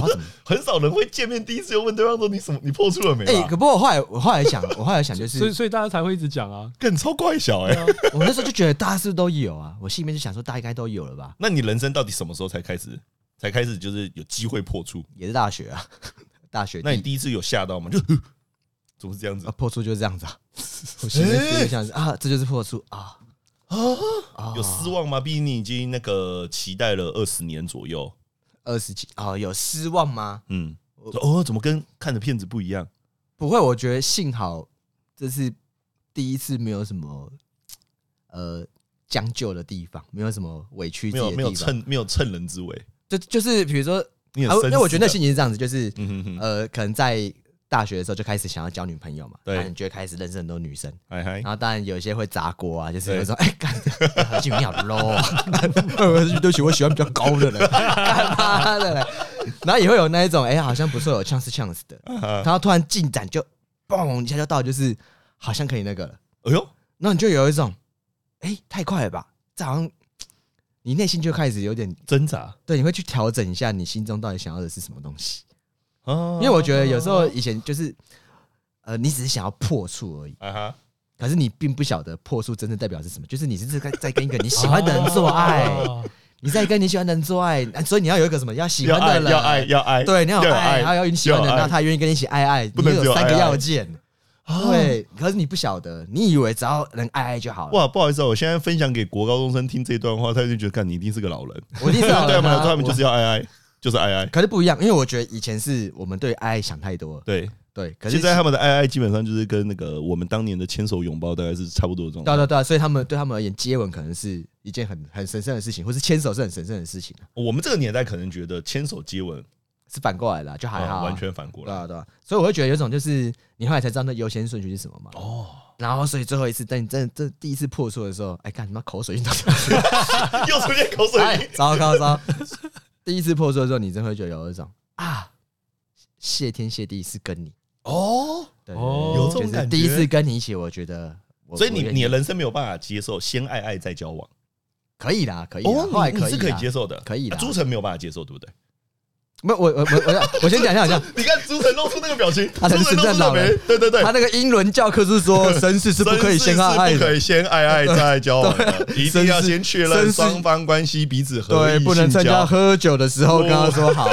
Speaker 1: 我要
Speaker 2: 是
Speaker 1: 怎么，
Speaker 2: 很少人会见面第一次就问对方说你什么，你破处了没吧？啊
Speaker 1: 哎、可不过我后来我后来想，我后来想就
Speaker 3: 所以
Speaker 1: 是，
Speaker 3: 所以大家才会一直讲啊，
Speaker 2: 更超怪小哎、
Speaker 1: 我那时候就觉得大家是不是都有啊，我心里面就想说大家应该都有了吧，
Speaker 2: 那你人生到底什么时候才开始？ 才开始就是有机会破处？
Speaker 1: 也是大学啊， 大学
Speaker 2: 那你
Speaker 1: 地
Speaker 2: 第一次有吓到吗？就 呵怎么是这样子
Speaker 1: 啊破处就是这样子啊，我心里面就想啊，这就是破处啊啊，
Speaker 2: 有失望吗？毕竟你已经那个期待了二十年左右，
Speaker 1: 二十几啊，有失望吗？
Speaker 2: 嗯，说哦，怎么跟看的片子不一样？
Speaker 1: 不会，我觉得幸好这是第一次没有什么呃将就的地方，没有什么委屈自
Speaker 2: 没
Speaker 1: 己
Speaker 2: 有
Speaker 1: 的
Speaker 2: 没有
Speaker 1: 地方。
Speaker 2: 趁没有趁人之危，
Speaker 1: 就就是比如说，
Speaker 2: 你
Speaker 1: 啊
Speaker 2: 很深、
Speaker 1: 因为我觉得那心，情是这样子，就是、
Speaker 2: 嗯哼哼，
Speaker 1: 呃，可能在大学的时候就开始想要交女朋友嘛，
Speaker 2: 对
Speaker 1: 然后你就会开始认识很多女生，
Speaker 2: 嗨哎嗨
Speaker 1: 然，后当然有一些会砸锅啊，就是
Speaker 2: 对
Speaker 1: 有时候哎，干何俊你好 low，啊 呃对不起，我喜欢比较高的人，干嘛的嘞？然后也会有那一种哎，好像不错，有 chance chance 的，
Speaker 2: 啊
Speaker 1: 然后突然进展就嘣一下就到，就是好像可以那个了，
Speaker 2: 哎呦，
Speaker 1: 然后你就有一种哎、太快了吧，这好像你内心就开始有点
Speaker 2: 挣扎
Speaker 1: 对，你会去调整一下你心中到底想要的是什么东西，
Speaker 2: 啊
Speaker 1: 因为我觉得有时候以前就是呃，你只是想要破处而已。
Speaker 2: 啊哈，
Speaker 1: 可是你并不晓得破处真正代表是什么，就是你是在在跟一个你喜欢的人做爱，
Speaker 2: 哦
Speaker 3: 啊
Speaker 1: 你在跟你喜欢的人做爱，啊所以你要有一个什么要喜
Speaker 2: 要
Speaker 1: 欢
Speaker 2: 爱
Speaker 1: 的人，
Speaker 2: 要爱要爱，
Speaker 1: 对，你要
Speaker 2: 要
Speaker 1: 有
Speaker 2: 有
Speaker 1: 爱，
Speaker 2: 爱
Speaker 1: 还要有你喜欢的人，
Speaker 2: 要有爱
Speaker 1: 那他愿意跟你一起爱爱，
Speaker 2: 不
Speaker 1: 你
Speaker 2: 能
Speaker 1: 就
Speaker 2: 只有
Speaker 1: 有三个
Speaker 2: 爱爱哦
Speaker 1: 要件。对，可是你不晓得，你以为只要能爱爱就好了。
Speaker 2: 哇，不好意思啊，我现在分享给国高中生听这段话，他就觉得，干你一定是个 老人，
Speaker 1: 我第一次
Speaker 2: 对啊嘛，
Speaker 1: 嘛，
Speaker 2: 他们就是
Speaker 1: 我
Speaker 2: 要爱爱，就是爱爱，
Speaker 1: 可是不一样，因为我觉得以前是我们对爱爱想太多了，
Speaker 2: 对。
Speaker 1: 对，可是
Speaker 2: 现在他们的爱爱基本上就是跟那个我们当年的牵手拥抱大概是差不多的状
Speaker 1: 对
Speaker 2: 态
Speaker 1: 啊。对啊对啊，所以他们对他们而言，接吻可能是一件很很神圣的事情，或是牵手是很神圣的事情啊，
Speaker 2: 我们这个年代可能觉得牵手接吻
Speaker 1: 是反过来的啊，就还好
Speaker 2: 啊
Speaker 1: 啊，
Speaker 2: 完全反过
Speaker 1: 对
Speaker 2: 来。
Speaker 1: 啊对啊，所以我会觉得有一种就是你后来才知道那优先顺序是什么嘛。
Speaker 2: 哦，
Speaker 1: 然后所以最后一次，等你真的这第一次破处的时候，哎，干什么口水运动？
Speaker 2: 又出现口水
Speaker 1: 啊 哎
Speaker 2: 音，，
Speaker 1: 糟糕糟！第一次破处的时候，你真会觉得有一种啊，谢天谢地是跟你，
Speaker 2: 哦，
Speaker 1: 对，
Speaker 3: 哦
Speaker 2: 有这
Speaker 1: 就
Speaker 2: 种
Speaker 1: 是
Speaker 2: 感觉。
Speaker 1: 第一次，跟你一起，我觉得我，
Speaker 2: 所以你
Speaker 1: 我愿
Speaker 2: 你
Speaker 1: 意
Speaker 2: 的人生没有办法接受先爱爱再交往。
Speaker 1: 可以啦，可以啦，啊后
Speaker 2: 哦，
Speaker 1: 来
Speaker 2: 你你
Speaker 1: 可以
Speaker 2: 是可以
Speaker 1: 啦
Speaker 2: 接，受的，
Speaker 1: 可以啦啊
Speaker 2: 朱晨没有办法接受，对不对？
Speaker 1: 没有我我我我我先讲一下，讲一下
Speaker 2: 你看朱晨露出那个表情，
Speaker 1: 他才
Speaker 2: 朱
Speaker 1: 是
Speaker 2: 晨露
Speaker 1: 圣
Speaker 2: 出
Speaker 1: 诞
Speaker 2: 那
Speaker 1: 老
Speaker 2: 个
Speaker 1: 人
Speaker 2: 没，对 对对
Speaker 1: 他。那个英伦教科是说绅士是不可以先爱
Speaker 2: 绅士
Speaker 1: 爱
Speaker 2: 是不可
Speaker 1: 的，
Speaker 2: 以先爱爱再交 往的，一定要先确
Speaker 1: 绅
Speaker 2: 认
Speaker 1: 士
Speaker 2: 双方关系彼此合
Speaker 1: 对，
Speaker 2: 意
Speaker 1: 不能
Speaker 2: 性
Speaker 1: 参加
Speaker 2: 交，
Speaker 1: 喝酒的时候跟他说好，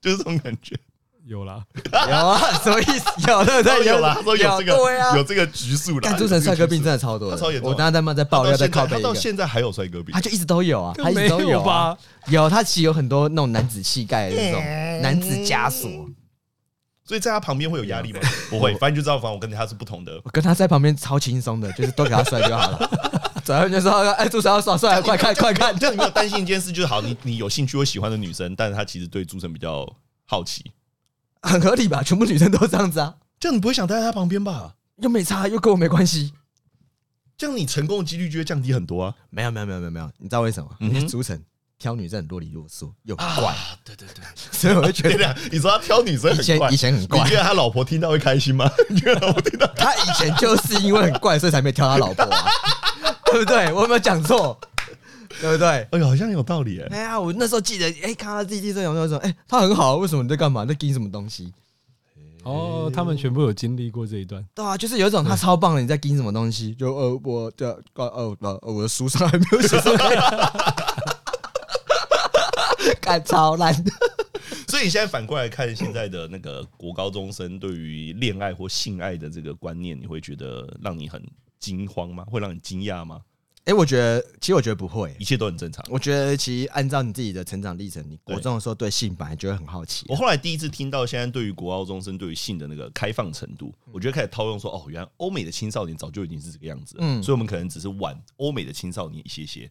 Speaker 2: 就是这种感觉。
Speaker 3: 有啦，
Speaker 1: 有啊，什么意思？有 对不
Speaker 2: 都
Speaker 1: 对？
Speaker 2: 有啦，他说有这
Speaker 1: 对啊
Speaker 2: 个有。这个局数啦。
Speaker 1: 干朱晨帅哥病
Speaker 2: 病
Speaker 1: 真的超多的，
Speaker 2: 他超严重
Speaker 1: 我刚刚在骂在爆
Speaker 2: 到
Speaker 1: 料在
Speaker 2: 现
Speaker 1: 靠
Speaker 2: 在
Speaker 1: 背
Speaker 2: 他
Speaker 1: 一
Speaker 2: 到
Speaker 1: 个，
Speaker 2: 现在还有帅哥病
Speaker 1: 他，就一直都有啊，他一直
Speaker 3: 没
Speaker 1: 都
Speaker 3: 有
Speaker 1: 啊，
Speaker 3: 吧？
Speaker 1: 有他其实有很多那种男子气概的那种男子枷锁。
Speaker 2: 所以在他旁边会有 压力吗？不会，反正就知道，反正我跟他是不同的。
Speaker 1: 我跟他在旁边超轻松的，就是都给他帅就好了。转头就说：“哎，朱晨要耍帅，快看 快看！”
Speaker 2: 这样你没有担心一件事，就是好，你你有兴趣或喜欢的女生，但是他其实对朱晨比较好奇，
Speaker 1: 很合理吧？全部女生都这样子啊，
Speaker 2: 这样你不会想待在他旁边吧？
Speaker 1: 又没差，又跟我没关系。
Speaker 2: 这样你成功的几率就会降低很多啊！
Speaker 1: 没有没有没有没有没有，你知道为什么？
Speaker 2: 嗯哼
Speaker 1: 因为朱晨挑女生很啰里啰嗦又怪，
Speaker 2: 啊，对对对，
Speaker 1: 所以我就觉
Speaker 2: 对
Speaker 1: 得
Speaker 2: 的，你说他挑女生
Speaker 1: 以
Speaker 2: 很怪
Speaker 1: 前以，前很
Speaker 2: 你
Speaker 1: 怪
Speaker 2: 觉，得他老婆听到会开心 吗？你觉得老婆听到？
Speaker 1: 他以前就是因为很怪，所以才没挑他老婆啊， 对不对？我有没有讲错？对不对？
Speaker 2: 哎呦，好像有道理哎、
Speaker 1: 哎呀，我那时候记得，哎、看他弟弟这样，那时候，哎、他很好，为什么你在干嘛？在盯什么东西？
Speaker 4: 哎
Speaker 3: 哦，他们全部有经历过这一段，
Speaker 1: 对啊，就是有一种他超棒的，你在盯什么东西？就呃，我的呃呃呃我的书上还没有写上来， 干超烂的。
Speaker 2: 所以你现在反过来看现在的那个国高中生对于恋爱或性爱的这个观念，你会觉得让你很惊慌吗？会让你惊讶吗？
Speaker 1: 哎，我觉得其实我觉得不会
Speaker 2: 一，切都很正常。
Speaker 1: 我觉得其实按照你自己的成长历程，你
Speaker 2: 对
Speaker 1: 国中的时候对性本来就会很好奇啊
Speaker 2: 我，后来第一次听到现在对于国高中生对于性的那个开放程度，我觉得开始套用说，哦，原来欧美的青少年早就已经是这个样子了，
Speaker 1: 嗯
Speaker 2: 所以我们可能只是晚欧美的青少年一些些。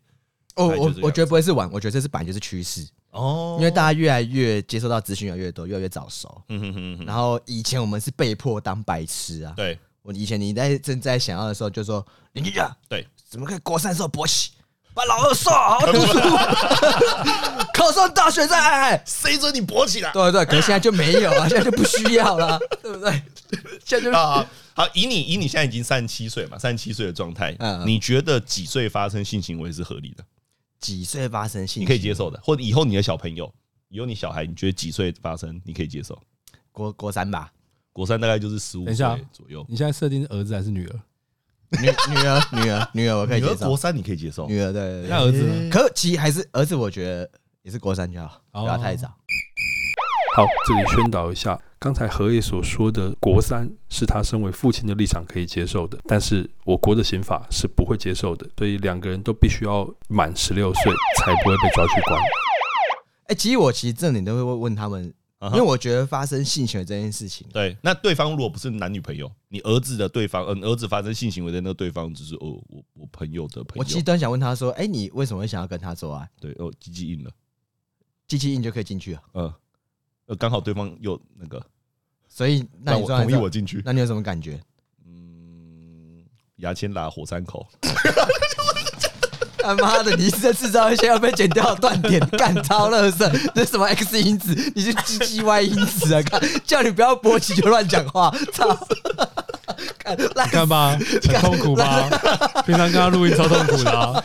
Speaker 1: 哦，
Speaker 2: 本来就
Speaker 1: 我
Speaker 2: 这样
Speaker 1: 我觉得不会是晚，我觉得这是本来就是趋势，
Speaker 2: 哦
Speaker 1: 因为大家越来越接受到资讯越来越多，越来越早熟。
Speaker 2: 嗯哼哼哼，
Speaker 1: 然后以前我们是被迫当白痴啊，
Speaker 2: 对
Speaker 1: 我以前你在正在想要的时候，就说邻居啊，
Speaker 2: 对，
Speaker 1: 怎么可以国三的时候勃起，把老二瘦好 好读书，考上大学再爱爱。
Speaker 2: 谁准你勃起来？
Speaker 1: 对对，可是现在就没有 啊，现在就不需要了，对不对？现在就
Speaker 2: 啊，好，以你以你现在已经三十七岁嘛，三十七岁的状态，
Speaker 1: 嗯嗯
Speaker 2: 你觉得几岁发生性行为是合理的？
Speaker 1: 几岁发生性，
Speaker 2: 你可以接。受的，或者以后你的小朋友，以后你小孩，你觉得几岁发生你可以接受？
Speaker 1: 国国三吧，
Speaker 2: 国三大概就是十五
Speaker 3: 等
Speaker 2: 岁
Speaker 3: 一下
Speaker 2: 左右，
Speaker 3: 你现在设定是儿子还是女儿？
Speaker 1: 女女儿 女儿女儿，我可以
Speaker 2: 女儿
Speaker 1: 接
Speaker 2: 国
Speaker 1: 受。
Speaker 2: 三你可以接受，
Speaker 1: 女儿对对
Speaker 3: 那
Speaker 1: 对，
Speaker 3: 儿子呢？
Speaker 1: 可其实还是儿子，我觉得也是国三就好，不要
Speaker 3: 哦
Speaker 1: 太早。
Speaker 4: 好，这里宣导一下，刚才何叶所说的国三是他身为父亲的立场可以接受的，但是我国的刑法是不会接受的，所以两个人都必须要满十六岁才不会被抓去关。
Speaker 1: 哎，其实我其实这里都会问问他们，
Speaker 2: 啊
Speaker 1: 因
Speaker 2: 哈
Speaker 1: 为我觉得发生性行为这件事情，
Speaker 2: 对，那对方如果不是男女朋友，你儿子的对方，嗯、你儿子发生性行为的那个对方，就是哦，我我朋友的朋
Speaker 1: 我其实
Speaker 2: 友，
Speaker 1: 都很想问他说，哎，你为什么会想要跟他做爱？
Speaker 2: 对，哦，鸡鸡硬了，
Speaker 1: 机器硬就可以进去了。
Speaker 2: 嗯，呃，刚好对方又那个，
Speaker 1: 所以那
Speaker 2: 让
Speaker 1: 你
Speaker 2: 我
Speaker 1: 做完
Speaker 2: 同意
Speaker 1: 之后
Speaker 2: 我，进去，
Speaker 1: 那你有什么感觉？
Speaker 2: 嗯，牙签拉火山口，
Speaker 1: 他妈的，你一直在制造一些要被剪掉的断点，干超乐色，这是什么 X 因子？你是 G G Y 因子啊？看，叫你不要勃起就乱讲话，操！ 看烂
Speaker 3: 你 看吧，很痛苦吧？平常跟他录音超痛苦 的啊、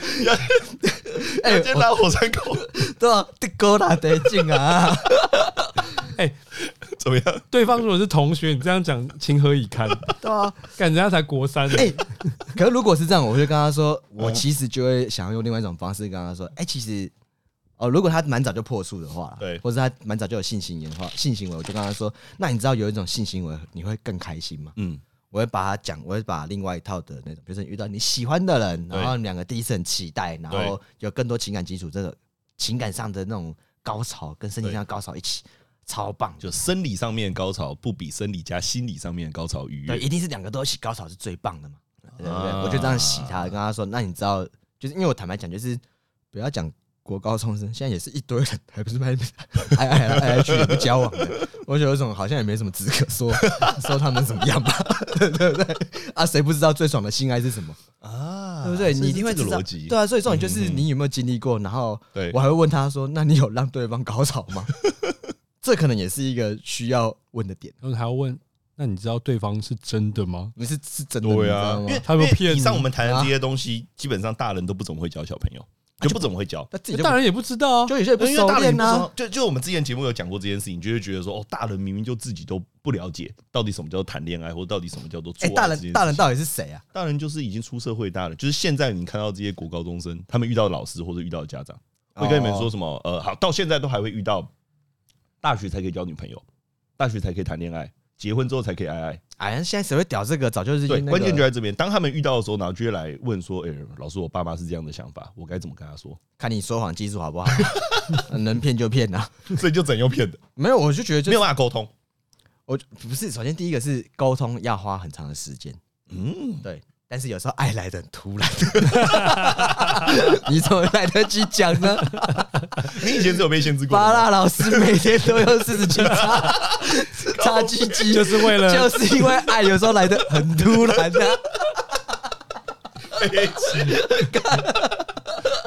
Speaker 1: 哎，
Speaker 2: 牙签拉火山口，
Speaker 1: 对啊，得勾啦得劲啊！
Speaker 3: 哎、
Speaker 2: 怎么样？
Speaker 3: 对方如果是同学，你这样讲情何以堪？
Speaker 1: 对啊，
Speaker 3: 干人家才国三呢、
Speaker 1: 哎、可是如果是这样，我会跟他说，
Speaker 2: 嗯
Speaker 1: 我其实就会想要用另外一种方式跟他说，哎、其实哦，如果他蛮早就破处的话，
Speaker 2: 对
Speaker 1: 或者他蛮早就有性行为的话，性行为，我就跟他说，那你知道有一种性行为你会更开心吗？
Speaker 2: 嗯，
Speaker 1: 我会把他讲，我会把另外一套的那种，比如说你遇到你喜欢的人，
Speaker 2: 对
Speaker 1: 然后你们两个第一次很期待，然后有更多情感基础，这种情感上的那种高潮跟身体上的高潮一起，超棒。
Speaker 2: 就生理上面的高潮不比生理加心理上面的高潮愉
Speaker 1: 对，
Speaker 2: 悦，
Speaker 1: 一定是两个都一起高潮是最棒的嘛，对不对？
Speaker 2: 啊
Speaker 1: 我就这样洗他，跟他说，那你知道，就是因为我坦白讲，就是不要讲国高中生，现在也是一堆人，还不是卖 爱爱来爱来去也不交往的，我觉得有一种好像也没什么资格说说他们怎么样吧， 对不对？啊，谁不知道最爽的性爱是什么，
Speaker 2: 啊，
Speaker 1: 对不对？
Speaker 2: 是
Speaker 1: 你一定会
Speaker 2: 这
Speaker 1: 知
Speaker 2: 个
Speaker 1: 道
Speaker 2: 逻辑，，嗯
Speaker 1: 对啊。所以重点就是你有没有经历过，然后
Speaker 2: 对
Speaker 1: 我还会问他说，那你有让对方高潮吗？ 这可能也是一个需要问的点，
Speaker 3: 然后还要问，那你知道对方是真的吗？
Speaker 1: 你是是真的，你
Speaker 2: 对
Speaker 1: 知道
Speaker 2: 啊，
Speaker 1: 吗
Speaker 2: 因为
Speaker 3: 他们
Speaker 2: 因为
Speaker 3: 骗
Speaker 2: 以
Speaker 3: 你
Speaker 2: 上我们谈的这些东西，基本上大人都不怎么会教小朋友，啊就不怎么会教。
Speaker 1: 那自己就
Speaker 3: 当然也不知道啊，
Speaker 1: 就有些人不
Speaker 2: 因为
Speaker 1: 熟
Speaker 2: 大人
Speaker 1: 练
Speaker 2: 不啊
Speaker 1: 呐、
Speaker 2: 说，就就我们之前节目有讲过这件事情，就会觉得说，哦，大人明明就自己都不了解到底什么叫做谈恋爱，或到底什么叫做做
Speaker 1: 哎、
Speaker 2: 爱
Speaker 1: 大
Speaker 2: 这件事
Speaker 1: 人
Speaker 2: 情
Speaker 1: 大人到底是谁啊？
Speaker 2: 大人就是已经出社会大人，就是现在你看到这些国高中生，他们遇到老师或者遇到家长，
Speaker 1: 哦
Speaker 2: 会跟你们说什么？呃，好，到现在都还会遇到，大学才可以交女朋友，大学才可以谈恋爱，结婚之后才可以爱爱。
Speaker 1: 哎呀，现在谁会屌这个？早就是、那
Speaker 2: 对，
Speaker 1: 个
Speaker 2: 关键就在这边。当他们遇到的时候，然后就会来问说：“哎、老师，我爸妈是这样的想法，我该怎么跟 他说
Speaker 1: 看你说谎技术好 不好、能骗就骗啊。？”
Speaker 2: 所以就整又骗的，
Speaker 1: 没有，我就觉得
Speaker 2: 没
Speaker 1: 就
Speaker 2: 有办法沟通。
Speaker 1: 我不是，首先第一个是沟通要花很长的时间，
Speaker 2: 嗯，
Speaker 1: 对。但是有时候爱来的很突然， 你怎么来得及讲呢？
Speaker 2: 你以前是有被限制过
Speaker 1: 巴
Speaker 2: 的吗。
Speaker 1: 拉老师每天都用四十七 擦擦鸡鸡，
Speaker 3: 就是为了
Speaker 1: 就是因为爱有时候来的很突然啊的、
Speaker 2: 哎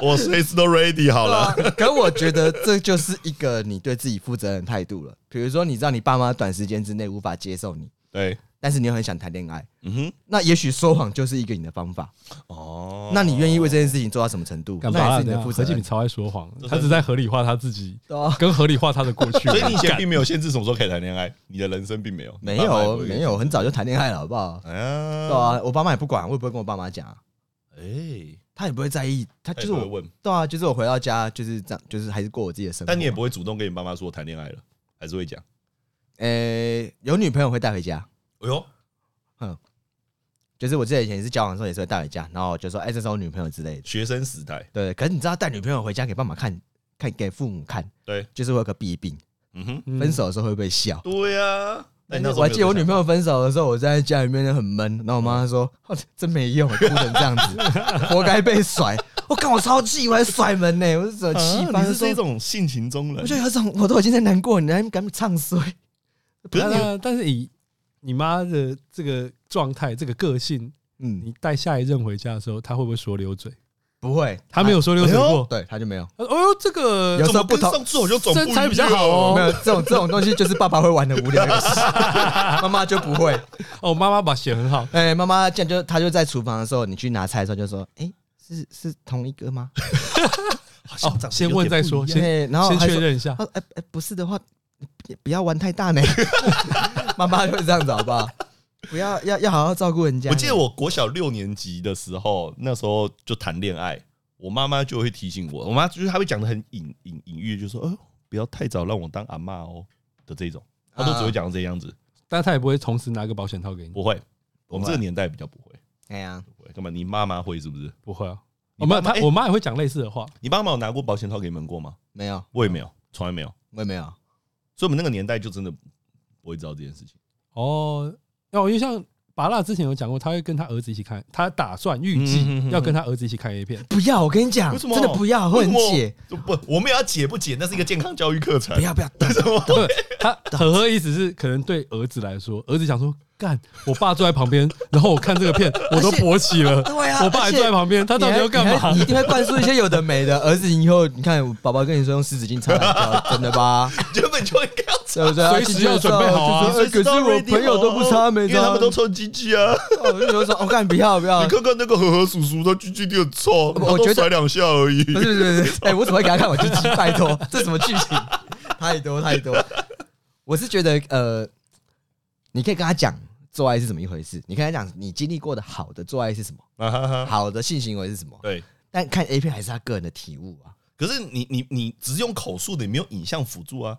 Speaker 2: 我随时都 ready 好了。
Speaker 1: 可我觉得这就是一个你对自己负责任的态度了。比如说，你知道你爸妈短时间之内无法接受你，
Speaker 2: 对，
Speaker 1: 但是你又很想谈恋爱，
Speaker 2: 嗯
Speaker 1: 那也许说谎就是一个你的方法。
Speaker 2: 哼，哦
Speaker 1: 那你愿意为这件事情做到什么程度？
Speaker 3: 干嘛
Speaker 1: 那也
Speaker 3: 啊？
Speaker 1: 是你的负责
Speaker 3: 何建
Speaker 1: 任
Speaker 3: 敏。超爱说谎
Speaker 2: 这，
Speaker 3: 他只在合理化他自 己
Speaker 1: 对啊，
Speaker 3: 跟合理化他的过 去。
Speaker 2: 所以你以 前
Speaker 3: 干
Speaker 2: 并没有限制什么时候可以谈恋爱，你的人生并没有，
Speaker 1: 没
Speaker 2: 你爸妈也
Speaker 1: 有
Speaker 2: 不会
Speaker 1: 没有，很早就谈恋爱了，好不好？
Speaker 2: 哎
Speaker 1: 对
Speaker 2: 呀，
Speaker 1: 啊，我爸妈也不管，我也不会跟我爸妈讲啊，
Speaker 2: 哎，
Speaker 1: 他也不会在意，他就
Speaker 2: 就是是我
Speaker 1: 我，
Speaker 2: 问，
Speaker 1: 对啊，就是我回到家就是这样，就是还是过我自己的生活。
Speaker 2: 但你也不会主动跟你妈妈说我谈恋爱了，还是会讲。
Speaker 1: 呃，有女朋友会带回家，
Speaker 2: 哎呦，
Speaker 1: 嗯就是我记得以前也是交往的时候也是会带回家，然后就说哎、这是我女朋友之类的。
Speaker 2: 学生时代，
Speaker 1: 对，可是你知道带女朋友回家给爸妈看看给父母看，
Speaker 2: 对，
Speaker 1: 就是会有个弊病，
Speaker 2: 嗯哼，
Speaker 3: 嗯
Speaker 1: 分手的时候会被笑。
Speaker 2: 对呀。那你那时候
Speaker 1: 哎我还记得我女
Speaker 2: 没有这嗯
Speaker 1: 朋
Speaker 2: 个
Speaker 1: 友分
Speaker 2: 想法
Speaker 1: 手的时候，我在家里面很闷，然后我妈说：“哦真没用，哭成这样子， 活该被甩。”我看我超气，我还甩门呢，我是怎么气
Speaker 2: 啊
Speaker 1: 翻？
Speaker 2: 你是这
Speaker 1: 说，
Speaker 2: 种性情中人
Speaker 1: 我，就有种我都已经在难过，你还敢唱衰？
Speaker 2: 可是
Speaker 3: 嗯但
Speaker 2: 你
Speaker 3: 是但是以你妈的这个状态、这个个性，
Speaker 1: 嗯，
Speaker 3: 你带下一任回家的时候，她会不会说溜嘴？
Speaker 1: 不会，
Speaker 3: 她没有说溜嘴过。
Speaker 1: 对，他就没有。
Speaker 3: 她说哦呦，这个
Speaker 1: 哎有时候
Speaker 2: 怎么
Speaker 1: 不
Speaker 2: 跟
Speaker 1: 同
Speaker 2: 上次我就总
Speaker 3: 身材比较好哦
Speaker 1: 没有这种这种东西，就是爸爸会玩的无聊游 戏，妈妈就不会。
Speaker 3: 哦，妈妈把写很好，
Speaker 1: 哎、妈妈这样就她就在厨房的时候，你去拿菜的时候就说：“哎、是是同一个吗
Speaker 2: 好像
Speaker 1: 哦
Speaker 2: 长得
Speaker 3: 先
Speaker 2: 有
Speaker 3: 问
Speaker 2: 点不
Speaker 3: 再
Speaker 2: 一
Speaker 3: 说，
Speaker 2: 样
Speaker 3: 先？”
Speaker 1: 然后
Speaker 3: 先
Speaker 1: 还说
Speaker 3: 确认一下
Speaker 1: 他。说：“哎、哎、不是的话，别不要玩太大呢。” 妈妈会这样子好不好？不要要要好好照顾人家。
Speaker 2: 我记得我国小六年级的时候，那时候就谈恋爱，我妈妈就会提醒我，我妈就是她会讲的很隐隐隐喻，就说：“哎呦，不要太早让我当阿嬷哦的这种。”她都只会讲这样子，
Speaker 3: 但她也不会同时拿个保险套给你，
Speaker 2: 不会。我们
Speaker 1: 啊不会
Speaker 2: 这个年代比较不会，
Speaker 1: 哎呀，
Speaker 2: 不会干嘛？你妈妈会是不是？
Speaker 3: 不会啊。
Speaker 2: 你
Speaker 3: 我没有，
Speaker 2: 妈妈
Speaker 3: 她
Speaker 2: 哎
Speaker 3: 我妈也会讲类似的话。
Speaker 2: 你爸妈有拿过保险套给你们过吗？
Speaker 1: 没有，
Speaker 2: 我也没有，从来没有。
Speaker 1: 我也没有。
Speaker 2: 所以我们那个年代就真的不会知道这件事情。
Speaker 3: 哦，那我因为像拔蜡之前有讲过，他会跟他儿子一起看，他打算预
Speaker 2: 嗯嗯嗯
Speaker 3: 计
Speaker 2: 嗯
Speaker 3: 要跟他儿子一起看 A 片。
Speaker 1: 不要，我跟你讲，
Speaker 2: 为什么
Speaker 1: 啊真的不要，会
Speaker 2: 为
Speaker 1: 很
Speaker 2: 什么
Speaker 1: 解。
Speaker 2: 就不，我们也要解不解？那是一个健康教育课程
Speaker 1: 不。要不要，
Speaker 2: 为什么？
Speaker 3: 不，他呵呵意思是可能对儿子来说，儿子想说，干，我爸坐在旁边， 然后我看这个片，我都勃起了，
Speaker 1: 对啊
Speaker 3: 我爸
Speaker 1: 而
Speaker 3: 还
Speaker 1: 且
Speaker 3: 坐在旁边，他到底要干
Speaker 1: 你还
Speaker 3: 嘛
Speaker 1: 你？一定会灌输一些有的没的。儿子以后，你看宝宝跟你说用湿纸巾擦奶胶，真的吧？
Speaker 2: 根本就应该要
Speaker 1: 对不对？
Speaker 3: 随时要准备好啊
Speaker 1: 就说哎可是我朋友都不擦，没
Speaker 2: 哦因为
Speaker 1: 擦。
Speaker 2: 他们都抽鸡鸡啊。
Speaker 1: 我就觉得说，我哦干不要不要
Speaker 2: 你。看看那个和和叔叔，他鸡鸡就很臭，
Speaker 1: 我
Speaker 2: 他都
Speaker 1: 觉得
Speaker 2: 甩两下而已。
Speaker 1: 不是不是不是，哎、我怎么会给他看我鸡鸡？拜托，这什么剧情？太多太多。我是觉得，呃，你可以跟他讲做爱是怎么一回事，你跟他讲你经历过的好的做爱是什么，
Speaker 2: 啊哈哈
Speaker 1: 好的性行为是什么。
Speaker 2: 对，
Speaker 1: 但看 A 片还是他个人的体悟啊。
Speaker 2: 可是你你你只用口述的，你没有影像辅助啊。